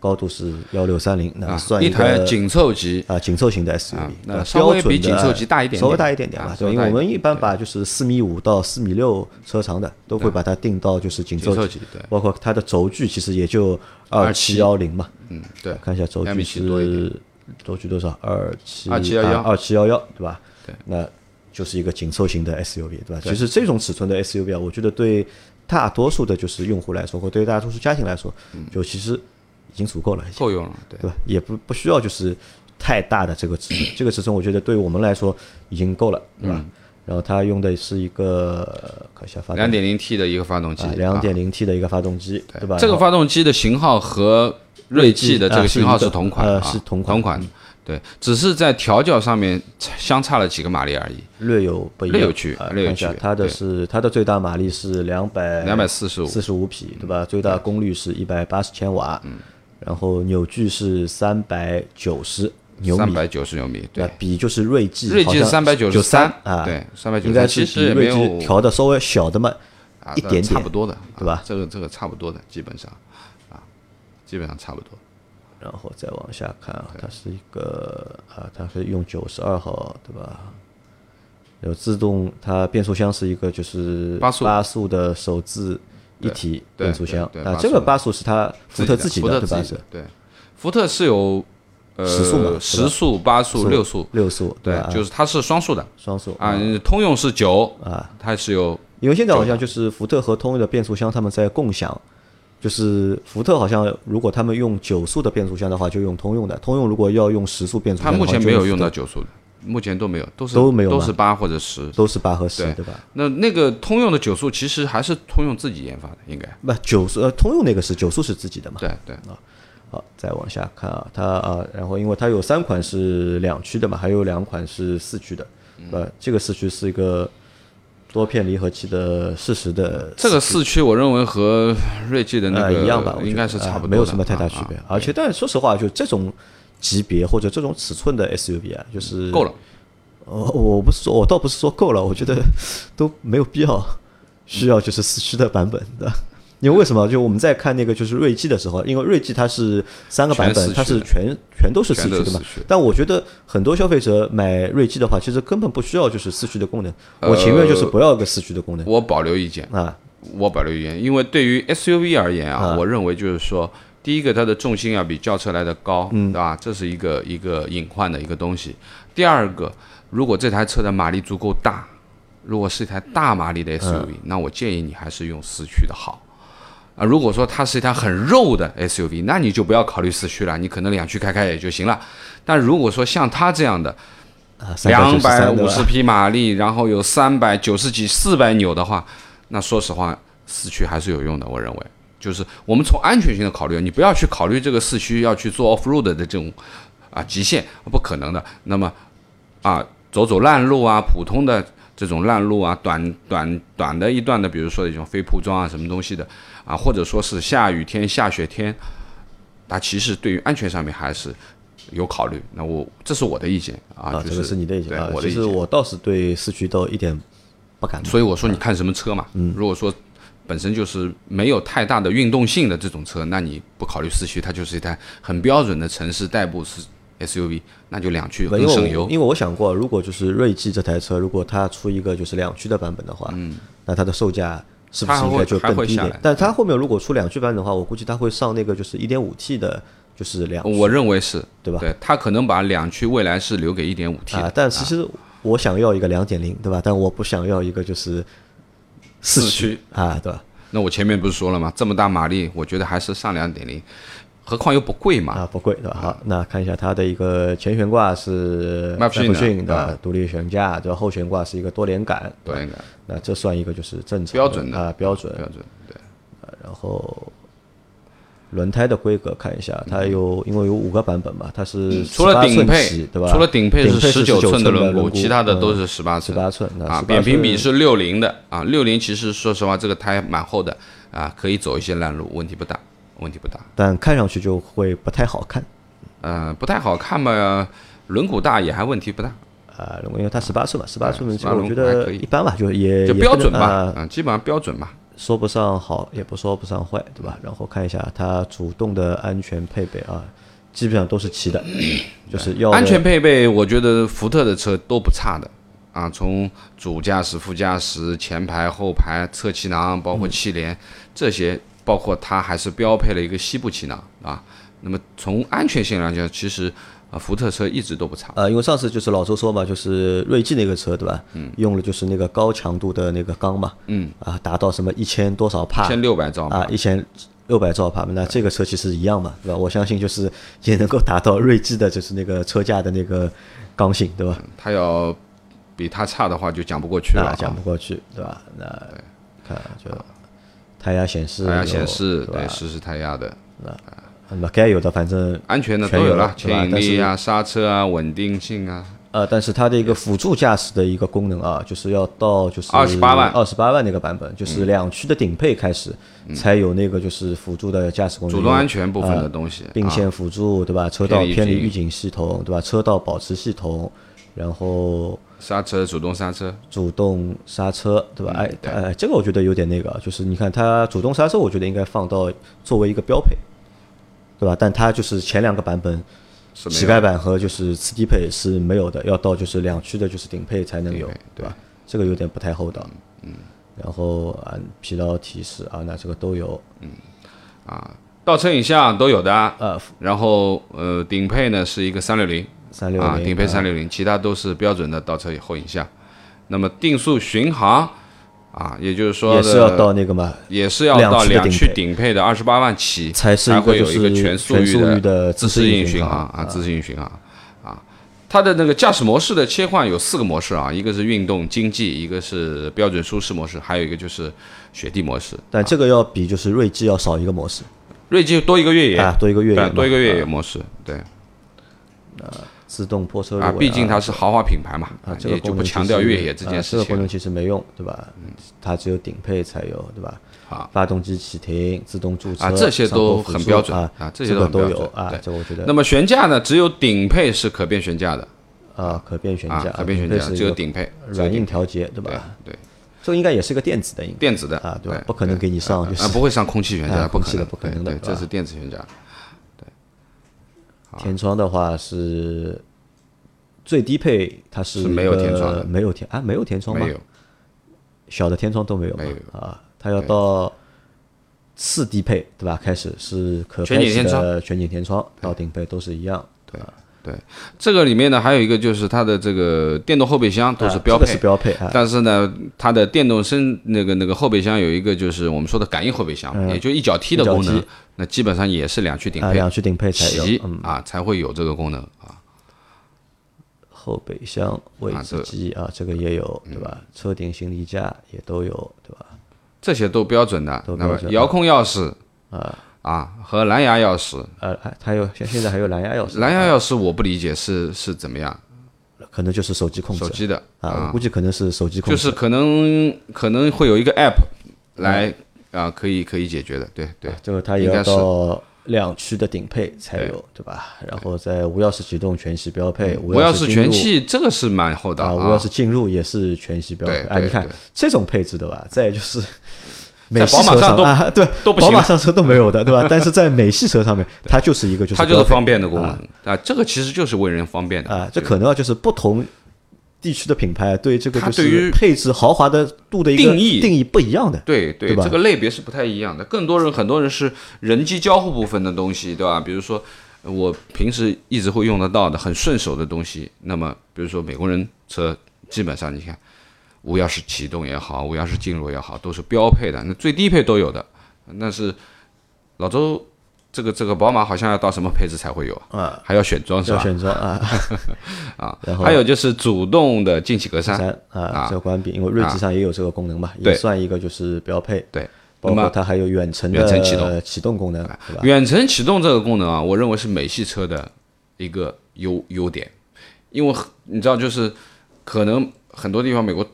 B: 高度是幺六三零，那
C: 嗯啊
B: 算
C: 一
B: 个
C: 台紧凑级，
B: 啊紧凑型的 SUV，、
C: 啊那
B: 对吧
C: 稍微
B: 标准
C: 比紧凑级大一
B: 的
C: 点点
B: 稍微大一点点
C: 啊
B: 吧，
C: 稍
B: 对
C: 微
B: 吧？因为
C: 大一
B: 我们一般
C: 点
B: 把就是四米五到四米六车长的都会把它定到就是紧
C: 紧
B: 凑
C: 凑
B: 级
C: 级对
B: 包括它的轴距其实也就二七幺零嘛，
C: 嗯，对，
B: 看一下轴
C: 两
B: 距
C: 米七多一点
B: 是轴距多少？二七啊
C: 2711
B: 二七幺幺，对吧？
C: 对，
B: 那就是一个紧凑型的 SUV，对吧？其实这种尺寸的 SUV 啊，我觉得对大多数的就是用户来说，或对大多数家庭来说，就其实已经足够了，
C: 嗯够用了，对。
B: 对吧？也不不需要就是太大的这个 尺寸，这个尺寸我觉得对于我们来说已经够了，对
C: 嗯
B: 吧？然后它用的是一个，看一下发动
C: 两点零 T 的一个发动机，
B: 啊
C: 啊
B: 两点零 T 的一个发动机，对吧？
C: 这个发动机的型号和锐际的这
B: 啊
C: 个
B: 是
C: 型号
B: 一个
C: 是同款
B: 呃
C: 啊，
B: 是同
C: 同
B: 款
C: 对，只是在调教上面相差了几个马力而已，
B: 略有不一样，
C: 略有区
B: 啊
C: 略有
B: 看一下
C: 区
B: 它的
C: 对
B: 是它的最大马力是两百
C: 两百四十五，
B: 哎
C: 嗯
B: 四十五匹，对吧？最大功率是一百八十千瓦，然后扭矩是三百九十牛
C: 三
B: 米，
C: 百九十牛米，
B: 那
C: 对，
B: 比就是锐际，
C: 锐际是
B: 三
C: 393
B: 三啊，
C: 对393
B: 应该是
C: 其实
B: 比
C: 也没
B: 锐
C: 有
B: 际调的稍微小的嘛
C: 啊
B: 一点点，
C: 差不多的，
B: 对吧
C: 啊这个这个差不多的，基本上啊，基本上差不多。
B: 然后再往下看啊，它是一个啊，它是用九十二号对吧？有自动，它变速箱是一个就是
C: 八速
B: 的手自一体
C: 对
B: 变速箱
C: 对对
B: 啊，
C: 八速
B: 这个八速是它福特自己
C: 福特
B: 对吧？是
C: 的，对，福特是有呃
B: 时速嘛对吧
C: 时速、八速、六速，
B: 六速啊
C: 对
B: 吧，？
C: 就是它是双速的
B: 双速
C: 啊，通用是九
B: 啊，
C: 它是有
B: 因为现在好像就是福特和通用的变速箱他们在共享，就是福特好像如果他们用九速的变速箱的话，就用通用的；通用如果要用十速变速
C: 它
B: 箱的
C: 目
B: 话，
C: 前
B: 就
C: 没有
B: 福
C: 用
B: 特
C: 到九速的，目前都没有，都是
B: 都没有吗
C: 都是八或者十。
B: 都是八和十
C: 对
B: 对吧？
C: 那那个通用的九速其实还是通用自己研发的，应该
B: 不，九速呃，通用那个是九速是自己的嘛？
C: 对对
B: 好，再往下看啊，它啊，然后因为它有三款是两驱的嘛，还有两款是四驱的，
C: 嗯
B: 呃，这个四驱是一个多片离合器的适时的，
C: 这个四驱，我认为和锐际的那
B: 呃
C: 个
B: 一样吧，我觉得
C: 应该是差不多的，
B: 呃没有什么太大区别
C: 啊。
B: 而且，但是说实话，就这种级别或者这种尺寸的 SUV 啊，就是
C: 够了。
B: 呃，我不是说，我倒不是说够了，我觉得都没有必要。需要就是四驱的版本的。因为为什么？就我们在看那个就是锐际的时候，因为锐际它是三个版
C: 全四
B: 本，
C: 驱
B: 它是全全都是四
C: 全都
B: 驱
C: 是
B: 的嘛
C: 四驱。
B: 但我觉得很多消费者买锐际的话，其实根本不需要就是四驱的功能，
C: 呃
B: 我情愿就是不要一个四驱的功能
C: 我保留意见，
B: 啊。
C: 我保留意见，因为对于 SUV 而言啊，
B: 啊
C: 我认为就是说，第一个它的重心啊要比轿车来的高，对吧？这是一个一个隐患的一个东西。第二个，如果这台车的马力足够大，如果是一台大马力的 SUV，、那我建议你还是用四驱的好。啊，如果说它是一台很肉的 SUV，那你就不要考虑四驱了，你可能两驱开开也就行了。但如果说像它这样的，
B: 啊，
C: 两百
B: 393对
C: 五
B: 吧
C: 十匹马力，然后有三百九十几、四百扭的话，那说实话，四驱还是有用的。我认为，就是我们从安全性的考虑，你不要去考虑这个四驱要去做 off road 的这种啊极限，不可能的。那么啊，走走烂路啊，普通的这种烂路啊，短短短的一段的，比如说一种非铺装啊，什么东西的啊，或者说是下雨天、下雪天，它其实对于安全上面还是。有考虑，那我这是我的意见啊，
B: 啊，
C: 就
B: 这个是你的意见
C: 对
B: 啊。
C: 我的
B: 其
C: 意
B: 实
C: 见。
B: 我倒是对四驱都一点不感冒。
C: 所以我说你看什么车嘛，
B: 嗯
C: 如果说本身就是没有太大的运动性的这种车，那你不考虑四驱，它就是一台很标准的城市代步是 SUV，那就两驱
B: 不
C: 更
B: 因
C: 省
B: 为我
C: 油。
B: 因为我想过，如果就是锐际这台车，如果它出一个就是两驱的版本的话，那它的售价是不是
C: 嗯它还
B: 应
C: 会
B: 该就更
C: 还会
B: 低一
C: 下
B: 点
C: 来？
B: 但它后面如果出两驱版本的话，我估计它会上那个就是 1.5T 的，就是两驱
C: 我认为是
B: 对吧
C: 对，它可能把两驱未来是留给一点五 T
B: 啊
C: 的。。
B: 但其实我想要一个2.0，对吧？但我不想要一个就是四
C: 四
B: 驱
C: 驱
B: 啊，对吧？
C: 那我前面不是说了吗？这么大马力，我觉得还是上两点零，何况又不贵嘛。
B: 啊，不贵对吧？好，那看一下它的一个前悬挂是
C: 麦弗逊的啊
B: 逊的独立悬架，对吧？后悬挂是一个多连杆，
C: 对，应该
B: 那这算一个就是正常
C: 标准的
B: 啊标准呃
C: 标准对。
B: 然后轮胎的规格看一下，它有因为有五个版本嘛，它是
C: 嗯除了
B: 18
C: 顶
B: 寸
C: 配
B: 起，对吧？
C: 除了顶配
B: 是
C: 十九
B: 寸
C: 的
B: 轮
C: 毂，其他的都
B: 嗯
C: 是十八
B: 十
C: 寸。
B: 八寸那
C: 啊，
B: 18
C: 扁平比
B: 寸
C: 是六零的啊，六零其实说实话，这个胎蛮厚的啊，可以走一些烂路，问题不大，问题不大。
B: 但看上去就会不太好看
C: 呃，不太好看嘛，轮毂大也还问题不大，
B: 啊、呃因为它十八寸嘛，十八寸
C: 哎
B: 其实我
C: 18
B: 觉
C: 还
B: 得
C: 可以
B: 一般吧，就也
C: 就
B: 也
C: 标
B: 不能
C: 准
B: 啊
C: 吧，嗯，基本上标准吧。
B: 说不上好，也不说不上坏，对吧？然后看一下它主动的安全配备啊，基本上都是齐的，就是要的
C: 安全配备，我觉得福特的车都不差的啊，从主驾驶、副驾驶、前排、后排、侧气囊，包
B: 嗯
C: 括气帘、这些，包括它还是标配了一个西部气囊啊。那么从安全性来讲，其实啊，福特车一直都不差。
B: 呃，因为上次就是老周说嘛，就是锐际那个车对吧？嗯，用了就是那个高强度的那个钢嘛，嗯，啊，达到什么一千多少帕
C: 千六百兆
B: 啊，一千六百兆帕，那这个车其实一样嘛，对吧？我相信就是也能够达到 锐际的，就是那个车架的那个刚性，对吧？
C: 他要比他差的话，就讲不过去了、
B: 嗯啊，讲不过去，对吧？那看就胎压显示有，
C: 还要显示
B: 对吧
C: 对实时胎压的
B: 那么该有的反正
C: 安全的
B: 全
C: 都
B: 有
C: 了，
B: 对吧
C: 牵引力啊、刹车啊、稳定性啊，
B: 呃，但是它的一个辅助驾驶的一个功能啊，就是要到就是
C: 28万嗯
B: 二十八万那个版本，就是两驱的顶配开始、才有那个就是辅助的驾驶功能，
C: 主动安全部分的东西，啊
B: 呃嗯并线辅助对吧？车道
C: 偏离
B: 偏离
C: 预警
B: 预警系统对吧？车道保持系统，然后
C: 刹车、主动刹车，
B: 主动刹车对
C: 嗯
B: 吧？哎哎，这个我觉得有点那个啊，就是你看它主动刹车，我觉得应该放到作为一个标配，对吧？但它就是前两个版本
C: 是没
B: 乞
C: 有
B: 丐版和就是次低配是没有的，要到就是两驱的就是顶配才能有
C: 顶配，
B: 对吧？这个有点不太厚道。嗯。然后啊，疲劳提示啊，那这个都有。
C: 倒车影像都有的。啊
B: 呃，
C: 然后呃，顶配呢是一个三六零，
B: 360
C: 啊，顶配三六零，其他都是标准的倒车后影像。那么定速巡航啊，也就是说
B: 也
C: 的
B: 是要到那个嘛，
C: 也是要
B: 两
C: 到
B: 驱的
C: 两
B: 顶
C: 驱
B: 配
C: 顶配的二十八万起，
B: 才
C: 才
B: 是一个
C: 会有
B: 就是
C: 一个全速
B: 全速域的
C: 自
B: 自适
C: 适
B: 应
C: 应
B: 巡
C: 巡
B: 航
C: 航啊，自适应巡航啊。它的那个驾驶模式的切换有四个模式啊，一个是运动经济，一个是标准舒适模式，还有一个就是雪地模式。
B: 但这个要比就是锐际要少一个模式
C: 锐际多一个越野，
B: 啊，多一个越野
C: 对
B: 嘛，
C: 多一个越野
B: 啊
C: 模式，对
B: 自动泊车入
C: 啊，
B: 围
C: 毕竟它是豪华品牌嘛，
B: 啊，这个
C: 也
B: 功
C: 就
B: 能
C: 不
B: 其
C: 强调
B: 实
C: 越野这
B: 啊
C: 件
B: 这
C: 事
B: 个功
C: 情。嗯
B: 能其实没用，对吧？它只有顶配才有，对吧？
C: 好
B: 发动机启停、自动驻车
C: 啊这些
B: 上坡辅
C: 都很
B: 助
C: 标准
B: 啊
C: 啊，这些
B: 这
C: 都
B: 个
C: 很
B: 都
C: 标
B: 有
C: 准
B: 啊
C: 对，
B: 这个我觉得
C: 那么悬架呢，只有顶配是可变悬架的
B: 啊，可变悬
C: 啊
B: 架，，
C: 可变悬
B: 这
C: 架
B: 是一
C: 只有
B: 个
C: 顶配，只有
B: 软
C: 顶
B: 硬调节，对吧？
C: 对，
B: 这个应该也是个电子的应该
C: 电子的
B: 啊，对
C: 对
B: 吧？不可能给你上就
C: 啊，
B: 是
C: 不会上空气悬
B: 啊
C: 架，
B: 空
C: 可
B: 气的
C: 能，
B: 不可能的啊
C: 对，
B: 对
C: 这
B: 吧
C: 是电子悬架。
B: 天窗的话是最低配，它是
C: 是没有
B: 一个
C: 天窗的
B: 没有天啊，没有天窗吗
C: 没？有，
B: 小的天窗都没有吗
C: 没有
B: 啊，它要到次低配对吧？开始是可
C: 全
B: 开
C: 景
B: 启
C: 天窗
B: 的全景天窗，到顶配都是一样，
C: 对对，这个里面呢还有一个就是它的这个电动后备箱都
B: 啊
C: 是
B: 这
C: 标
B: 个
C: 配
B: 是，标配啊，
C: 但是呢，它的电动升那个那个后备箱有一个就是我们说的感应后备箱，也就一脚踢的
B: 嗯一脚
C: 功能
B: 踢，
C: 那基本上也是两驱顶
B: 啊，
C: 配
B: 两驱顶配才
C: 起
B: 有，嗯，
C: 啊才会有这个功能啊。
B: 后备箱、位
C: 啊这嗯
B: 置记忆啊，这个也有对吧？车顶行李架也都有对吧？
C: 这些都标准的。
B: 都
C: 那
B: 标
C: 么
B: 准的
C: 遥控钥匙啊和蓝牙钥匙，
B: 呃，还还有现现在还有蓝牙钥匙，
C: 蓝牙钥匙我不理解是是怎么样，
B: 可能就是手机控制
C: 手机的
B: 啊，我估计可能是手机控
C: 就
B: 制，
C: 是可能可能会有一个 app
B: 嗯
C: 来啊可以可以解决的，对对
B: 这个它也
C: 应
B: 要
C: 该是
B: 到两驱的顶配才有，对吧？然后在无钥匙启动全系标配，无
C: 无钥匙
B: 匙
C: 全
B: 系
C: 系这个是蛮厚道
B: 啊，无钥匙进入也是全系标配
C: 对
B: 啊。
C: 对
B: 你看
C: 对
B: 这种配置对吧？再就是。美系
C: 宝马
B: 车
C: 上都
B: 啊，对，
C: 都不
B: 宝
C: 行
B: 马
C: 了
B: 上车都没有 的，对吧？但是在美系车上面，它就是一个就是
C: 它就是
B: 标配
C: 方便的功能啊，这个其实就是为人方便的
B: 啊，这可能啊，就是不同地区的品牌对这个
C: 它
B: 就
C: 对
B: 是
C: 于
B: 配置豪华的度的一个
C: 定义
B: 定义不一样的。
C: 对对
B: 对吧
C: 这个类别是不太一样的。更多人很多人是人机交互部分的东西，对吧？比如说呃我平时一直会用得到的很顺手的东西，那么比如说美国人车，基本上你看无钥匙启动也好，无钥匙进入也好，都是标配的，那最低配都有的。那是老周这个这个宝马好像要到什么配置才会有啊？还要选装是
B: 要
C: 吧？
B: 选装 啊，
C: 啊
B: 然，后
C: 还有就是主动的进气格
B: 三
C: 栅，
B: 啊，这个关闭，因为锐志上也有这个功能嘛，也
C: 对
B: 算一个就是标配。
C: 对，
B: 包
C: 那
B: 括
C: 么
B: 它还有远程
C: 远
B: 的
C: 程启啊动
B: 启动功能，对吧？
C: 远程启动这个功能啊，我认为是美系车的一个优优点，因为很你知道，就是可能很多地方美国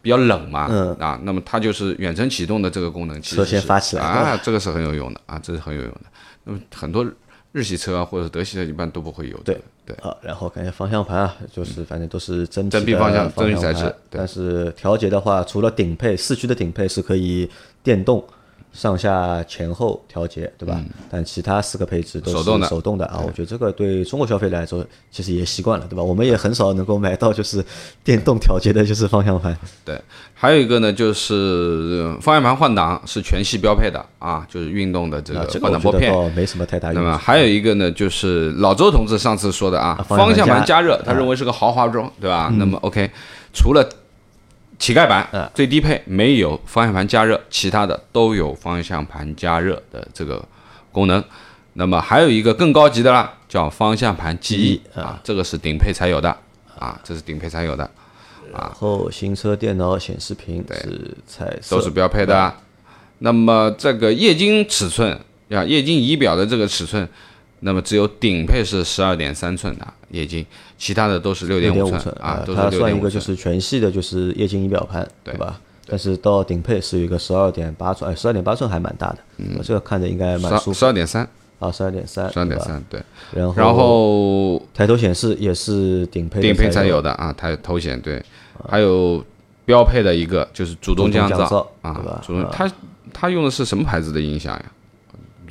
C: 比较冷嘛，
B: 嗯
C: 啊，那么它就是远程启动的这个功能，其实
B: 车先
C: 是
B: 发起来对
C: 啊，这个是很有用的啊，这是很有用的。那么很多日系车啊或者德系车一般都不会有的，对
B: 啊，然后感觉方向盘啊，就是反正都是真
C: 真
B: 皮
C: 皮
B: 的
C: 方向
B: 方
C: 真皮材
B: 盘啊
C: 质对
B: 但是调节的话，除了顶配四驱的顶配是可以电动。上下前后调节，对吧？但其他四个配置都是
C: 嗯手动的
B: 手动的啊，我觉得这个对中国消费者来说其实也习惯了，对吧？我们也很少能够买到就是电动调节的，就是方向盘。
C: 对，还有一个呢，就是呃方向盘换挡是全系标配的啊，就是运动的这个
B: 啊，这个
C: 换
B: 我
C: 挡
B: 觉
C: 拨
B: 得
C: 片，
B: 倒没什么太大
C: 那
B: 用
C: 么
B: 处。
C: 还有一个呢，就是老周同志上次说的啊
B: 啊，方向
C: 方
B: 盘
C: 向盘
B: 加
C: 加热，他认为是个豪华装，对吧？那么 OK，除了乞丐版最低配没有方向盘加热，其他的都有方向盘加热的这个功能。那么还有一个更高级的啦，叫方向盘记忆啊，这个是顶配才有的啊，这是顶配才有的，
B: 然后行车电脑显示屏是彩色
C: 都是标配的啊。那么这个液晶尺寸啊，液晶仪表的这个尺寸，那么只有顶配是十二点三寸的液晶，其他的都是六
B: 六
C: 五
B: 五呃
C: 啊，都
B: 它
C: 是六
B: 算
C: 点
B: 一
C: 五
B: 个就
C: 寸。
B: 是全系的，就是液晶仪表盘，对吧？但是到顶配是有一个十二点八寸，哎，十二点八寸还蛮大的，我这个看着应该蛮舒
C: 嗯十
B: 服
C: 十二点三，
B: 啊，十二点三，
C: 十二点三，对。
B: 对吧，然
C: 然
B: 后
C: 后
B: 抬头显示也是顶配的
C: 顶配才
B: 才
C: 有的啊，它有头显对，还有标配的一个就是主动降
B: 啊主动降噪对吧
C: 啊，主动它它用的是什么牌子的音响呀？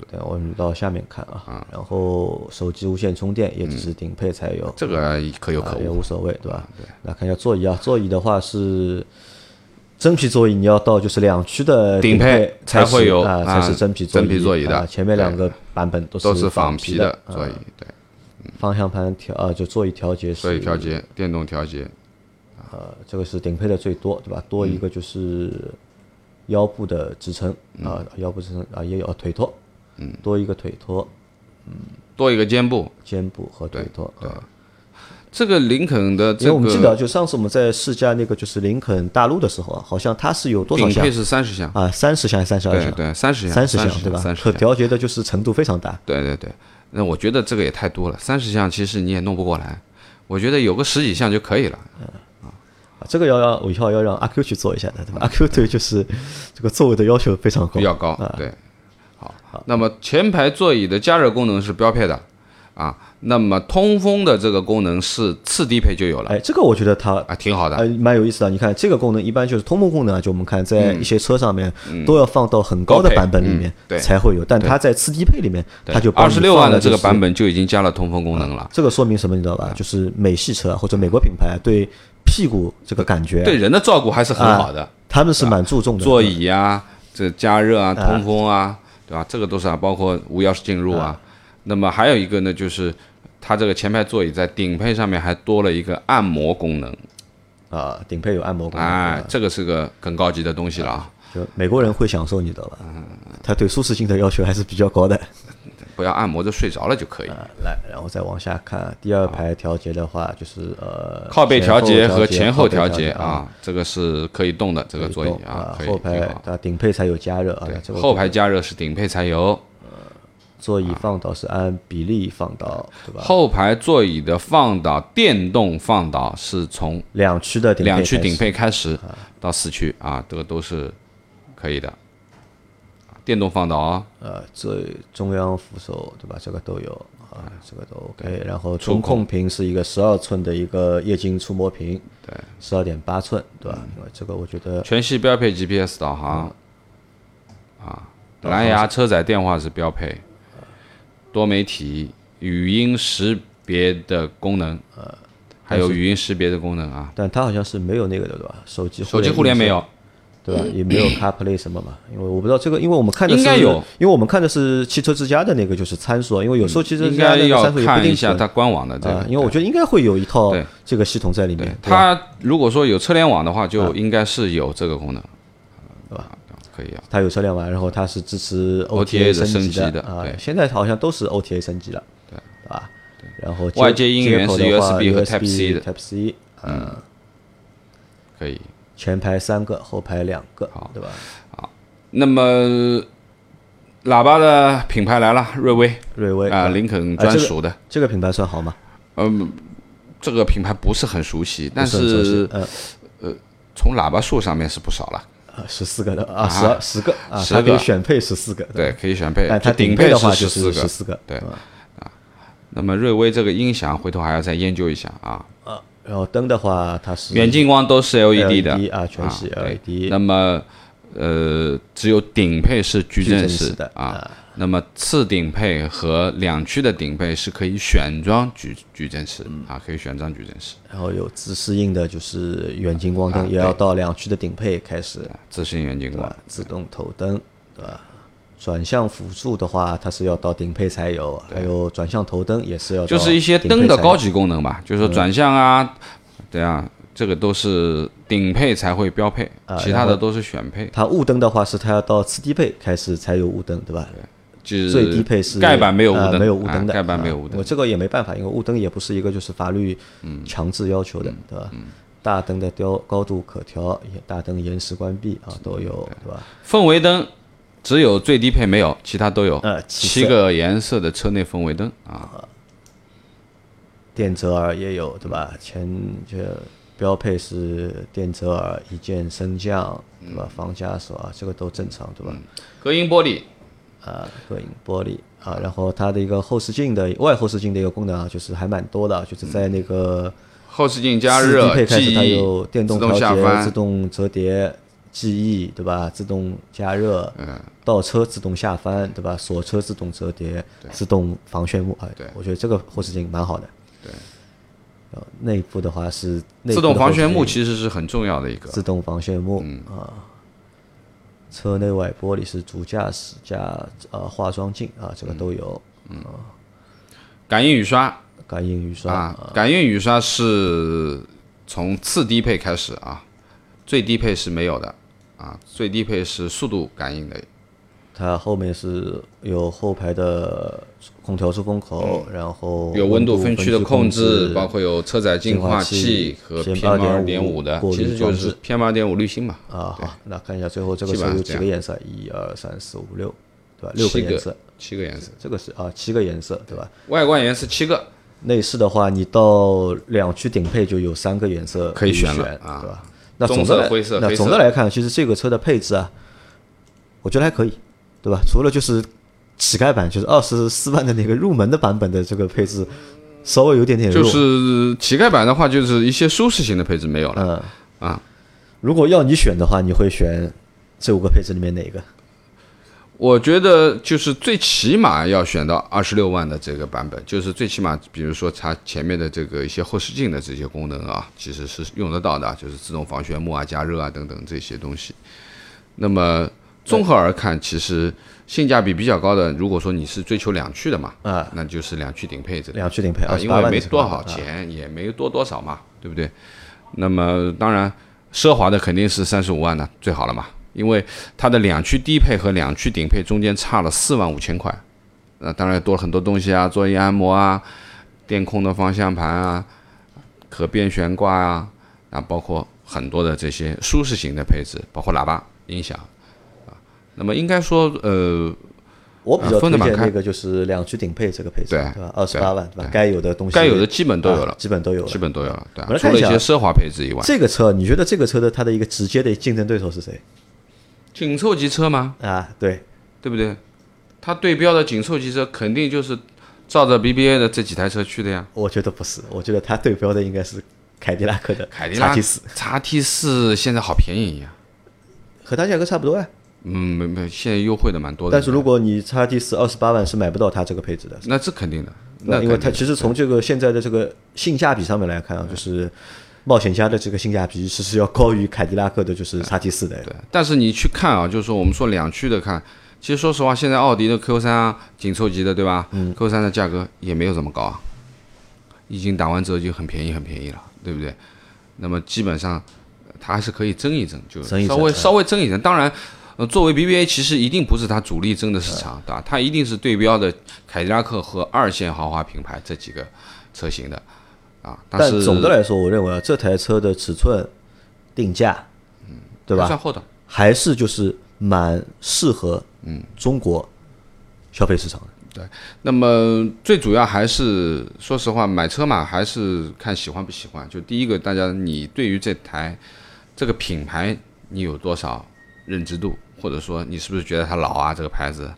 B: 对，我们到下面看啊，然后手机无线充电
C: 嗯
B: 也只是顶配才有，
C: 这个可有
B: 啊
C: 可
B: 也
C: 无，
B: 无所谓，对吧？来看一下座椅啊，座椅的话是真皮座椅，你要到就是两驱的
C: 顶配
B: 配
C: 才
B: 是
C: 会有
B: 啊，才
C: 啊
B: 是真皮座椅。
C: 真皮座椅的
B: 啊前面两个版本都
C: 都是
B: 仿
C: 仿皮
B: 的啊呃
C: 的座椅，对，
B: 方向盘调啊，就座椅调节
C: 所以
B: 是
C: 调节电动调节，
B: 呃，这个是顶配的最多，对吧？多一
C: 嗯
B: 个就是腰部的支撑啊，腰部支撑啊也有啊腿托，嗯，多一个腿托、
C: 多一个肩部，
B: 肩部和腿托啊。
C: 这个林肯的
B: 因
C: 这
B: 为我们记得，
C: 个
B: 就上次我们在试驾那个就是林肯大陆的时候啊，好像它是有多少
C: 顶
B: 项
C: 配是三十项，
B: 啊，三十项还是三十二
C: 对
B: 项？
C: 对，三十项，
B: 三
C: 三
B: 十项对吧
C: 三？
B: 可
C: 十项，
B: 调节的就是程度非常大。
C: 对对对。那我觉得这个也太多了，三十项其实你也弄不过来，我觉得有个十几项就可以了。
B: 啊这个要让我以后要让阿 Q 去做一下的，对吧？阿 Q 对就是这个座位的要求非常高
C: 比。较高，对。好，那么前排座椅的加热功能是标配的，啊，那么通风的这个功能是次低配就有了
B: 哎，这个我觉得它
C: 啊，挺好的。
B: 呃，蛮有意思的。你看这个功能，一般就是通风功能啊，就我们看在一些车上面都要放到很高的
C: 嗯高配
B: 版本里面
C: 嗯对
B: 才会有，但它在次低配里面，它就帮
C: 二
B: 你
C: 十六
B: 放
C: 万
B: 了
C: 的这个
B: 就是
C: 版本嗯就已经加了通风功能了，
B: 这个说明什么？你知道吧？就是美系车啊或者美国品牌对屁股这个感觉，
C: 对人的照顾还是
B: 啊
C: 很好的，
B: 他们是蛮注重的。
C: 座椅啊，这加热啊，通风啊，对吧？这个都是啊，包括无钥匙进入啊。那么还有一个呢，就是它这个前排座椅在顶配上面还多了一个按摩功能，
B: 啊，顶配有按摩功能，
C: 哎，这个是个更高级的东西了啊！
B: 就美国人会享受，你知道吧？他对舒适性的要求还是比较高的。
C: 不要按摩着睡着了就可以。
B: 啊来，然后再往下看，第二排调节的话，就是呃，
C: 靠背调节和前后
B: 后
C: 调
B: 节
C: 节啊，这个是可以动的，这个座椅啊，可以
B: 后
C: 挺
B: 排
C: 好
B: 啊顶配才有加热啊，这
C: 对，
B: 个
C: 后排啊加热是顶配才有，
B: 座椅放倒是按比例放倒，对吧？
C: 后排座椅的放倒，电动放倒是从
B: 两驱的顶配
C: 两驱
B: 开始
C: 顶配开始到四驱啊，这个都是可以的。电动放倒啊，
B: 呃，这中央扶手对吧？这个都有啊，
C: 嗯
B: 这个都 OK。然后中控屏是一个十二寸的一个液晶触摸屏，对，十二点八寸对
C: 嗯
B: 吧？因为这个我觉得
C: 全系标配 GPS 导航啊，
B: 嗯
C: 蓝牙车载电话是标配，多媒体语音识别的功能，
B: 嗯
C: 还有语音识别的功能啊，
B: 但它好像是没有那个的对吧？手机
C: 手机互联没有，
B: 对吧？也没有 CarPlay 什么嘛，因为我不知道这个，因为我们看的是
C: 应该有，
B: 因为我们看的是汽车之家的那个就是参数啊，因为有时候汽车之
C: 应
B: 家
C: 该
B: 那个
C: 要
B: 参数也不一
C: 看
B: 定
C: 一下
B: 准
C: 它官网的这
B: 啊
C: 个，。
B: 因为我觉得应该会有一套
C: 对
B: 这个系统在里面，对吧
C: 它如果说有车联网的话，
B: 嗯
C: 就应该是有这个功能，对吧？可以啊，
B: 它有车辆嘛，然后它是支持
C: OTA 的
B: 升
C: 升级的
B: 啊
C: 对，
B: 现在好像都是 OTA 升级了，对吧？啊然后
C: 外接音源是
B: 接口的话
C: USB 和
B: Type
C: Type-C 的
B: Type C，嗯，
C: 可以。
B: 前排三个，后排两个，对吧？
C: 那么，喇叭的品牌来了，瑞威
B: 瑞威
C: 啊，
B: 对吧
C: 林肯专属的。
B: 这个品牌算好吗？
C: 这个品牌不是很熟悉，但
B: 不很熟悉
C: 是呃
B: 嗯
C: 从喇叭数上面是不少了。
B: 啊，十四个的啊，十二十个啊，
C: 十
B: 它可以
C: 个
B: 选配十四个，吧
C: 对，可以选配
B: 但，哎它
C: 就顶
B: 配的
C: 是
B: 话就
C: 十
B: 是
C: 四
B: 十
C: 个。
B: 四个，
C: 对啊
B: 嗯
C: 那么瑞威这个音响，回头还要再研究一下啊。
B: 啊，然后灯的话它是
C: 远近光都是 LED 的
B: LED 啊全系
C: 啊对
B: LED
C: 那么，呃，只有顶配是矩
B: 矩阵
C: 阵
B: 式
C: 式
B: 的
C: 啊。那么次顶配和两驱的顶配是可以选装矩矩阵式
B: 嗯
C: 啊，可以选装矩阵式，
B: 然后有自适应的就是远近光
C: 啊
B: 灯，也要到两驱的顶配开始，
C: 自适应远近
B: 对
C: 光
B: 吧。？自动头灯，对吧？转向辅助的话，它是要到顶配才有，还有转向头灯也是要到
C: 就是一些
B: 顶配
C: 灯的
B: 才有嗯
C: 高级功能吧，就是说转向啊，对啊，这个都是顶配才会标配，
B: 啊
C: 其他的都是选配。
B: 它雾灯的话是它要到次低配开始才有雾灯，对吧？
C: 就是
B: 最低配是
C: 盖板没有雾
B: 呃
C: 灯，
B: 没有雾灯的，
C: 啊盖板
B: 啊
C: 没有雾灯嗯
B: 我。这个也没办法，因为雾灯也不是一个就是法律强制要求的，对吧？大灯的雕高度可调，也大灯延时关闭啊都有，对吧？
C: 氛围灯只有最低配没有，其他都有。
B: 呃七色
C: 七个颜色的车内氛围灯啊，
B: 电折耳也有，对吧？前这标配是电折耳一键升降，对
C: 嗯
B: 吧？防夹手啊，这个都正常，对吧？
C: 隔音玻璃
B: 啊，隔音玻璃啊，然后它的一个后视镜的外后视镜的一个功能啊，就是还蛮多的啊，就是在那个
C: 后视镜加
B: 四
C: 热，
B: 低配开
C: 记
B: 始
C: 忆
B: 它有电动
C: 自
B: 调
C: 动下
B: 节、自
C: 翻，
B: 动折叠、记忆，对吧？自动加热，嗯，倒车自动下翻，对吧？锁车自动折叠，自动防眩目，哎，
C: 对
B: 我觉得这个后视镜蛮好的。
C: 对
B: 然后内部的话是内部
C: 自动
B: 的
C: 防
B: 后视
C: 眩目
B: 镜
C: 其实嗯是很重要的一个。
B: 自动防眩目、啊。车内外玻璃是主驾驶加呃化妆镜啊，
C: 嗯
B: 这个都有。
C: 感应雨刷
B: 感应雨刷
C: 啊，感应雨刷是从次低配开始啊，最低配是没有的啊，最低配是速度感应的，
B: 它后面是有后排的空调出风口，然后
C: 嗯有温
B: 温
C: 度分区
B: 区
C: 的控
B: 制，
C: 包括有车载净化
B: 净
C: 器
B: 化
C: 和
B: 器
C: PM 二
B: 2.5
C: 点五的，
B: 过滤
C: 其实就
B: 装
C: 是
B: 置
C: PM 二点五滤芯嘛，
B: 啊。好，那看一下最后这个
C: 基
B: 车
C: 本上
B: 有
C: 是
B: 几
C: 这
B: 个
C: 样
B: 颜色？一二三四五六，对吧？六
C: 七
B: 颜色，
C: 七个颜色，
B: 这个是啊，七个颜色，对吧？
C: 外观颜色七个，
B: 内饰的话，你到两驱顶配就有三个颜色
C: 可以
B: 以选
C: 选了
B: 对
C: 啊
B: 吧？那
C: 棕
B: 总
C: 色
B: 的来
C: 灰色
B: 那
C: 黑
B: 总
C: 色
B: 的来看，其实这个车的配置啊，我觉得还可以，对吧？除了就是乞丐版，就是二十四万的那个入门的版本的这个配置，稍微有点点弱。
C: 就是呃乞丐版的话，就是一些舒适型的配置没有了。
B: 嗯
C: 啊，
B: 如果要你选的话，你会选这五个配置里面哪一个？
C: 我觉得就是最起码要选到二十六万的这个版本，就是最起码，比如说它前面的这个一些后视镜的这些功能啊，其实是用得到的啊，就是自动防眩目啊、加热啊等等这些东西。那么综合而看，其实性价比比较高的，如果说你是追求两驱的嘛，
B: 啊，
C: 那就是两驱顶配这个。
B: 两驱顶配，
C: 啊，因
B: 28万
C: 为没
B: 的这个
C: 多少
B: 版本啊
C: 钱，也没多多少嘛，对不对？那么当然，奢华的肯定是三十五万的最好了嘛，因为它的两驱低配和两驱顶配中间差了四万五千块，那当然多了很多东西啊，座椅按摩啊，电控的方向盘啊，可变悬挂啊，啊，包括很多的这些舒适型的配置，包括喇叭、音响啊。那么应该说，呃，
B: 我比较
C: 啊分
B: 推
C: 得
B: 荐
C: 蛮开
B: 那个就是两驱顶配这个配置，
C: 对
B: 对吧？二十八万，对吧？该有的东西，
C: 该有的基本都有了
B: 啊，基本都有了，
C: 基本都有了，对、啊
B: 我，来
C: 除
B: 看
C: 了
B: 一
C: 一
B: 下
C: 些奢华配置以外，
B: 这个车，你觉得这个车的它的一个直接的竞争对手是谁
C: 紧凑级车吗？
B: 啊？对，
C: 对不对？它对标的紧凑级车肯定就是照着 BBA 的这几台车去的呀。
B: 我觉得不是，我觉得它对标的应该是凯迪拉克的
C: 凯迪拉
B: T 四，
C: T 四现在好便宜呀，
B: 和它价格差不多呀、
C: 嗯，没没，现在优惠的蛮多的。
B: 但是如果你 x T 四二十八万是买不到它这个配置的，
C: 那这肯定的，
B: 那
C: 那
B: 因为
C: 肯定
B: 它其实从这个现在的这个性价比上面来看啊，就是冒险家的这个性价比其实要高于凯迪拉克的，就是 x T 四的。
C: 对，但是你去看啊，就是说我们说两驱的看，其实说实话，现在奥迪的 Q 三啊，紧凑级的对吧？嗯，Q 三的价格也没有这么高啊，已经打完折就很便宜很便宜了，对不对？那么基本上呃它还是可以争一争，就
B: 争一
C: 稍
B: 争
C: 微
B: 嗯
C: 稍微争一争。当然，呃，作为 BBA 其实一定不是它主力争的市场，对吧？它一定是对标的凯迪拉克和二线豪华品牌这几个车型的啊。
B: 但
C: 是
B: 总的来说，我认为啊，这台车的尺寸、定价，
C: 嗯
B: 对
C: 还
B: 吧，
C: 算厚道。
B: 还是就是蛮适合嗯中国消费市场的。
C: 那么最主要还是，说实话，买车嘛，还是看喜欢不喜欢。就第一个，大家你对于这台这个品牌，你有多少认知度，或者说你是不是觉得它老啊？这个牌子，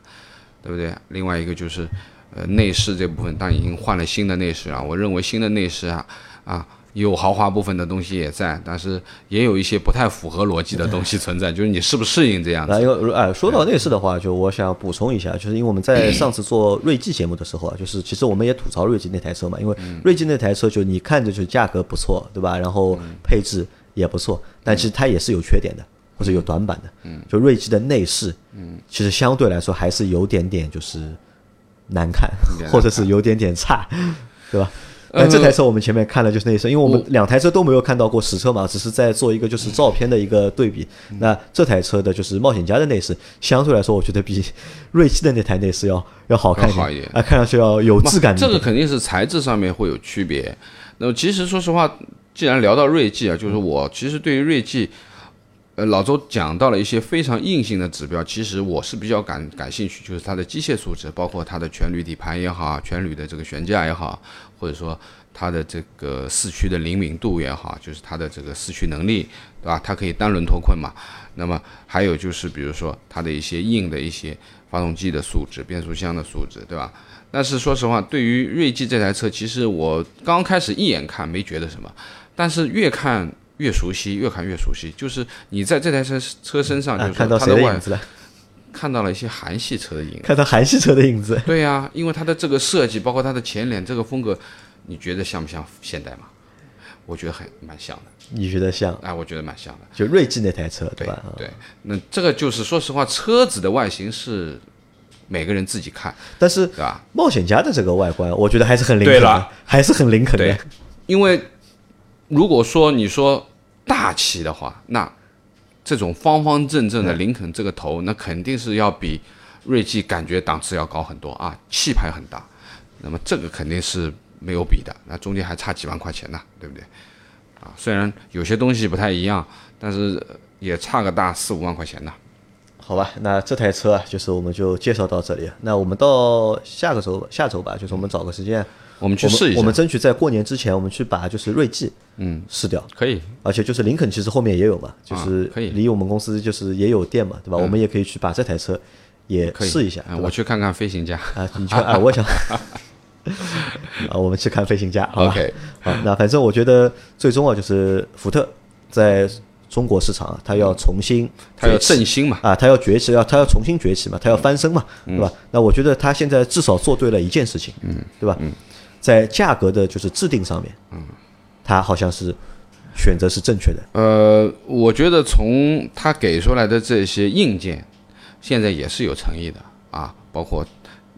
C: 对不对？另外一个就是，呃，内饰这部分，但已经换了新的内饰啊。我认为新的内饰啊，啊，有豪华部分的东西也在，但是也有一些不太符合逻辑的东西存在，就是你适不适应这样
B: 来，
C: 子？
B: 因为哎，说到内饰的话，就我想补充一下，就是因为我们在上次做锐际节目的时候啊，就是其实我们也吐槽锐际那台车嘛，因为锐际那台车就你看着就价格不错，对吧？然后配置也不错，但其实它也是有缺点的，或者有短板的。嗯，就锐际的内饰，嗯，其实相对来说还是有点点就是难看，或者是有点点差， 对吧？
C: 呃
B: 但这台车我们前面看了就是内饰，因为我们两台车都没有看到过实车嘛，只是在做一个就是照片的一个对比。
C: 嗯
B: 那这台车的就是冒险家的内饰，相对来说我觉得比锐气的那台内饰要要好看
C: 要好一
B: 点
C: 点，
B: 啊，看上去要有质感一
C: 这
B: 点。
C: 个肯定是材质上面会有区别。那么其实说实话，既然聊到锐际啊，就是我其实对于锐际，呃，老周讲到了一些非常硬性的指标，其实我是比较感感兴趣，就是它的机械素质，包括它的全铝底盘也好，全铝的这个悬架也好，或者说它的这个四驱的灵敏度也好，就是它的这个四驱能力，对吧？它可以单轮脱困嘛。那么还有就是，比如说它的一些硬的一些发动机的素质、变速箱的素质，对吧？但是说实话，对于锐际这台车，其实我刚开始一眼看没觉得什么，但是越看越熟悉，越看越熟悉。就是你在这台车车身上，就
B: 啊
C: 是，
B: 看到
C: 说它
B: 谁
C: 的
B: 的
C: 外
B: 影子了？
C: 看到了一些韩系车的影子。
B: 看到韩系车的影子。
C: 对呀、因为它的这个设计，包括它的前脸这个风格，你觉得像不像现代嘛？我觉得很蛮像的，
B: 你觉得像
C: 哎，我觉得蛮像的。
B: 就锐际那台车对吧？啊
C: 对，那这个就是说实话，车子的外形是每个人自己看，
B: 但是
C: 对吧？
B: 冒险家的这个外观，我觉得还是很林肯
C: 对
B: 的
C: 了，
B: 还是很林肯的
C: 对。因为如果说你说大气的话，那这种方方正正的林肯这个头，那肯定是要比锐际感觉档次要高很多啊，气派很大。那么这个肯定是没有比的，那中间还差几万块钱呢，对不对？啊，虽然有些东西不太一样，但是呃也差个大四五万块钱呢。
B: 好吧，那这台车啊，就是我们就介绍到这里。那我们到下个周吧，下周吧，就是我们找个时间，
C: 我们去试一下
B: 我们争取在过年之前，我们去把就是锐际嗯试掉。
C: 可以，
B: 而且就是林肯，其实后面也有嘛，就
C: 啊
B: 是
C: 可以
B: 离我们公司就是也有店嘛，对吧？我们也可以去把这台车也
C: 可以
B: 试一下，对
C: 嗯
B: 吧
C: 我去看看飞行家。
B: 啊，你去啊，我 也想啊，我们去看飞行家，好吧
C: OK
B: 好，那反正我觉得最终啊，就是福特在中国市场啊，它要重新
C: 他要
B: 崛起
C: 振兴嘛，
B: 啊，它要崛起，要它要重新崛起嘛，它要翻身嘛，对
C: 嗯
B: 吧？那我觉得它现在至少做对了一件事情，嗯，对吧？嗯，在价格的就是制定上面，嗯，它好像是选择是正确的，
C: 呃，我觉得从他给出来的这些硬件，现在也是有诚意的啊，包括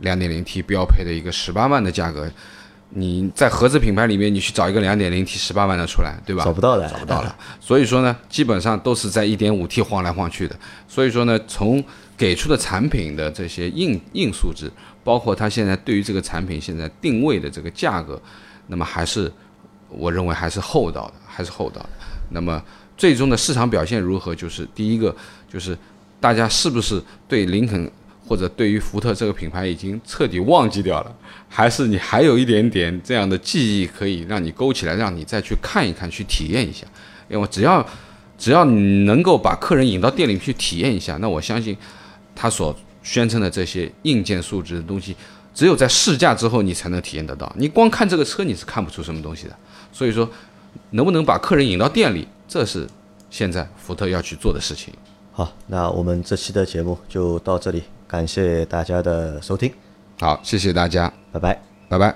C: 2.0T 标配的一个18万的价格，你在合资品牌里面你去找一个 2.0T 18万的出来，对吧？
B: 找不到的，
C: 找不到了。所以说呢，基本上都是在 1.5T 晃来晃去的。所以说呢，从给出的产品的这些硬硬素质，包括它现在对于这个产品现在定位的这个价格，那么还是我认为还是厚道的，还是厚道的。那么最终的市场表现如何，就是第一个就是大家是不是对林肯或者对于福特这个品牌已经彻底忘记掉了，还是你还有一点点这样的记忆可以让你勾起来，让你再去看一看，去体验一下。因为只要只要你能够把客人引到店里去体验一下，那我相信他所宣称的这些硬件素质的东西，只有在试驾之后你才能体验得到。你光看这个车你是看不出什么东西的。所以说，能不能把客人引到店里，这是现在福特要去做的事情。
B: 好，那我们这期的节目就到这里，感谢大家的收听，
C: 好，谢谢大家，
B: 拜拜。
C: 拜拜。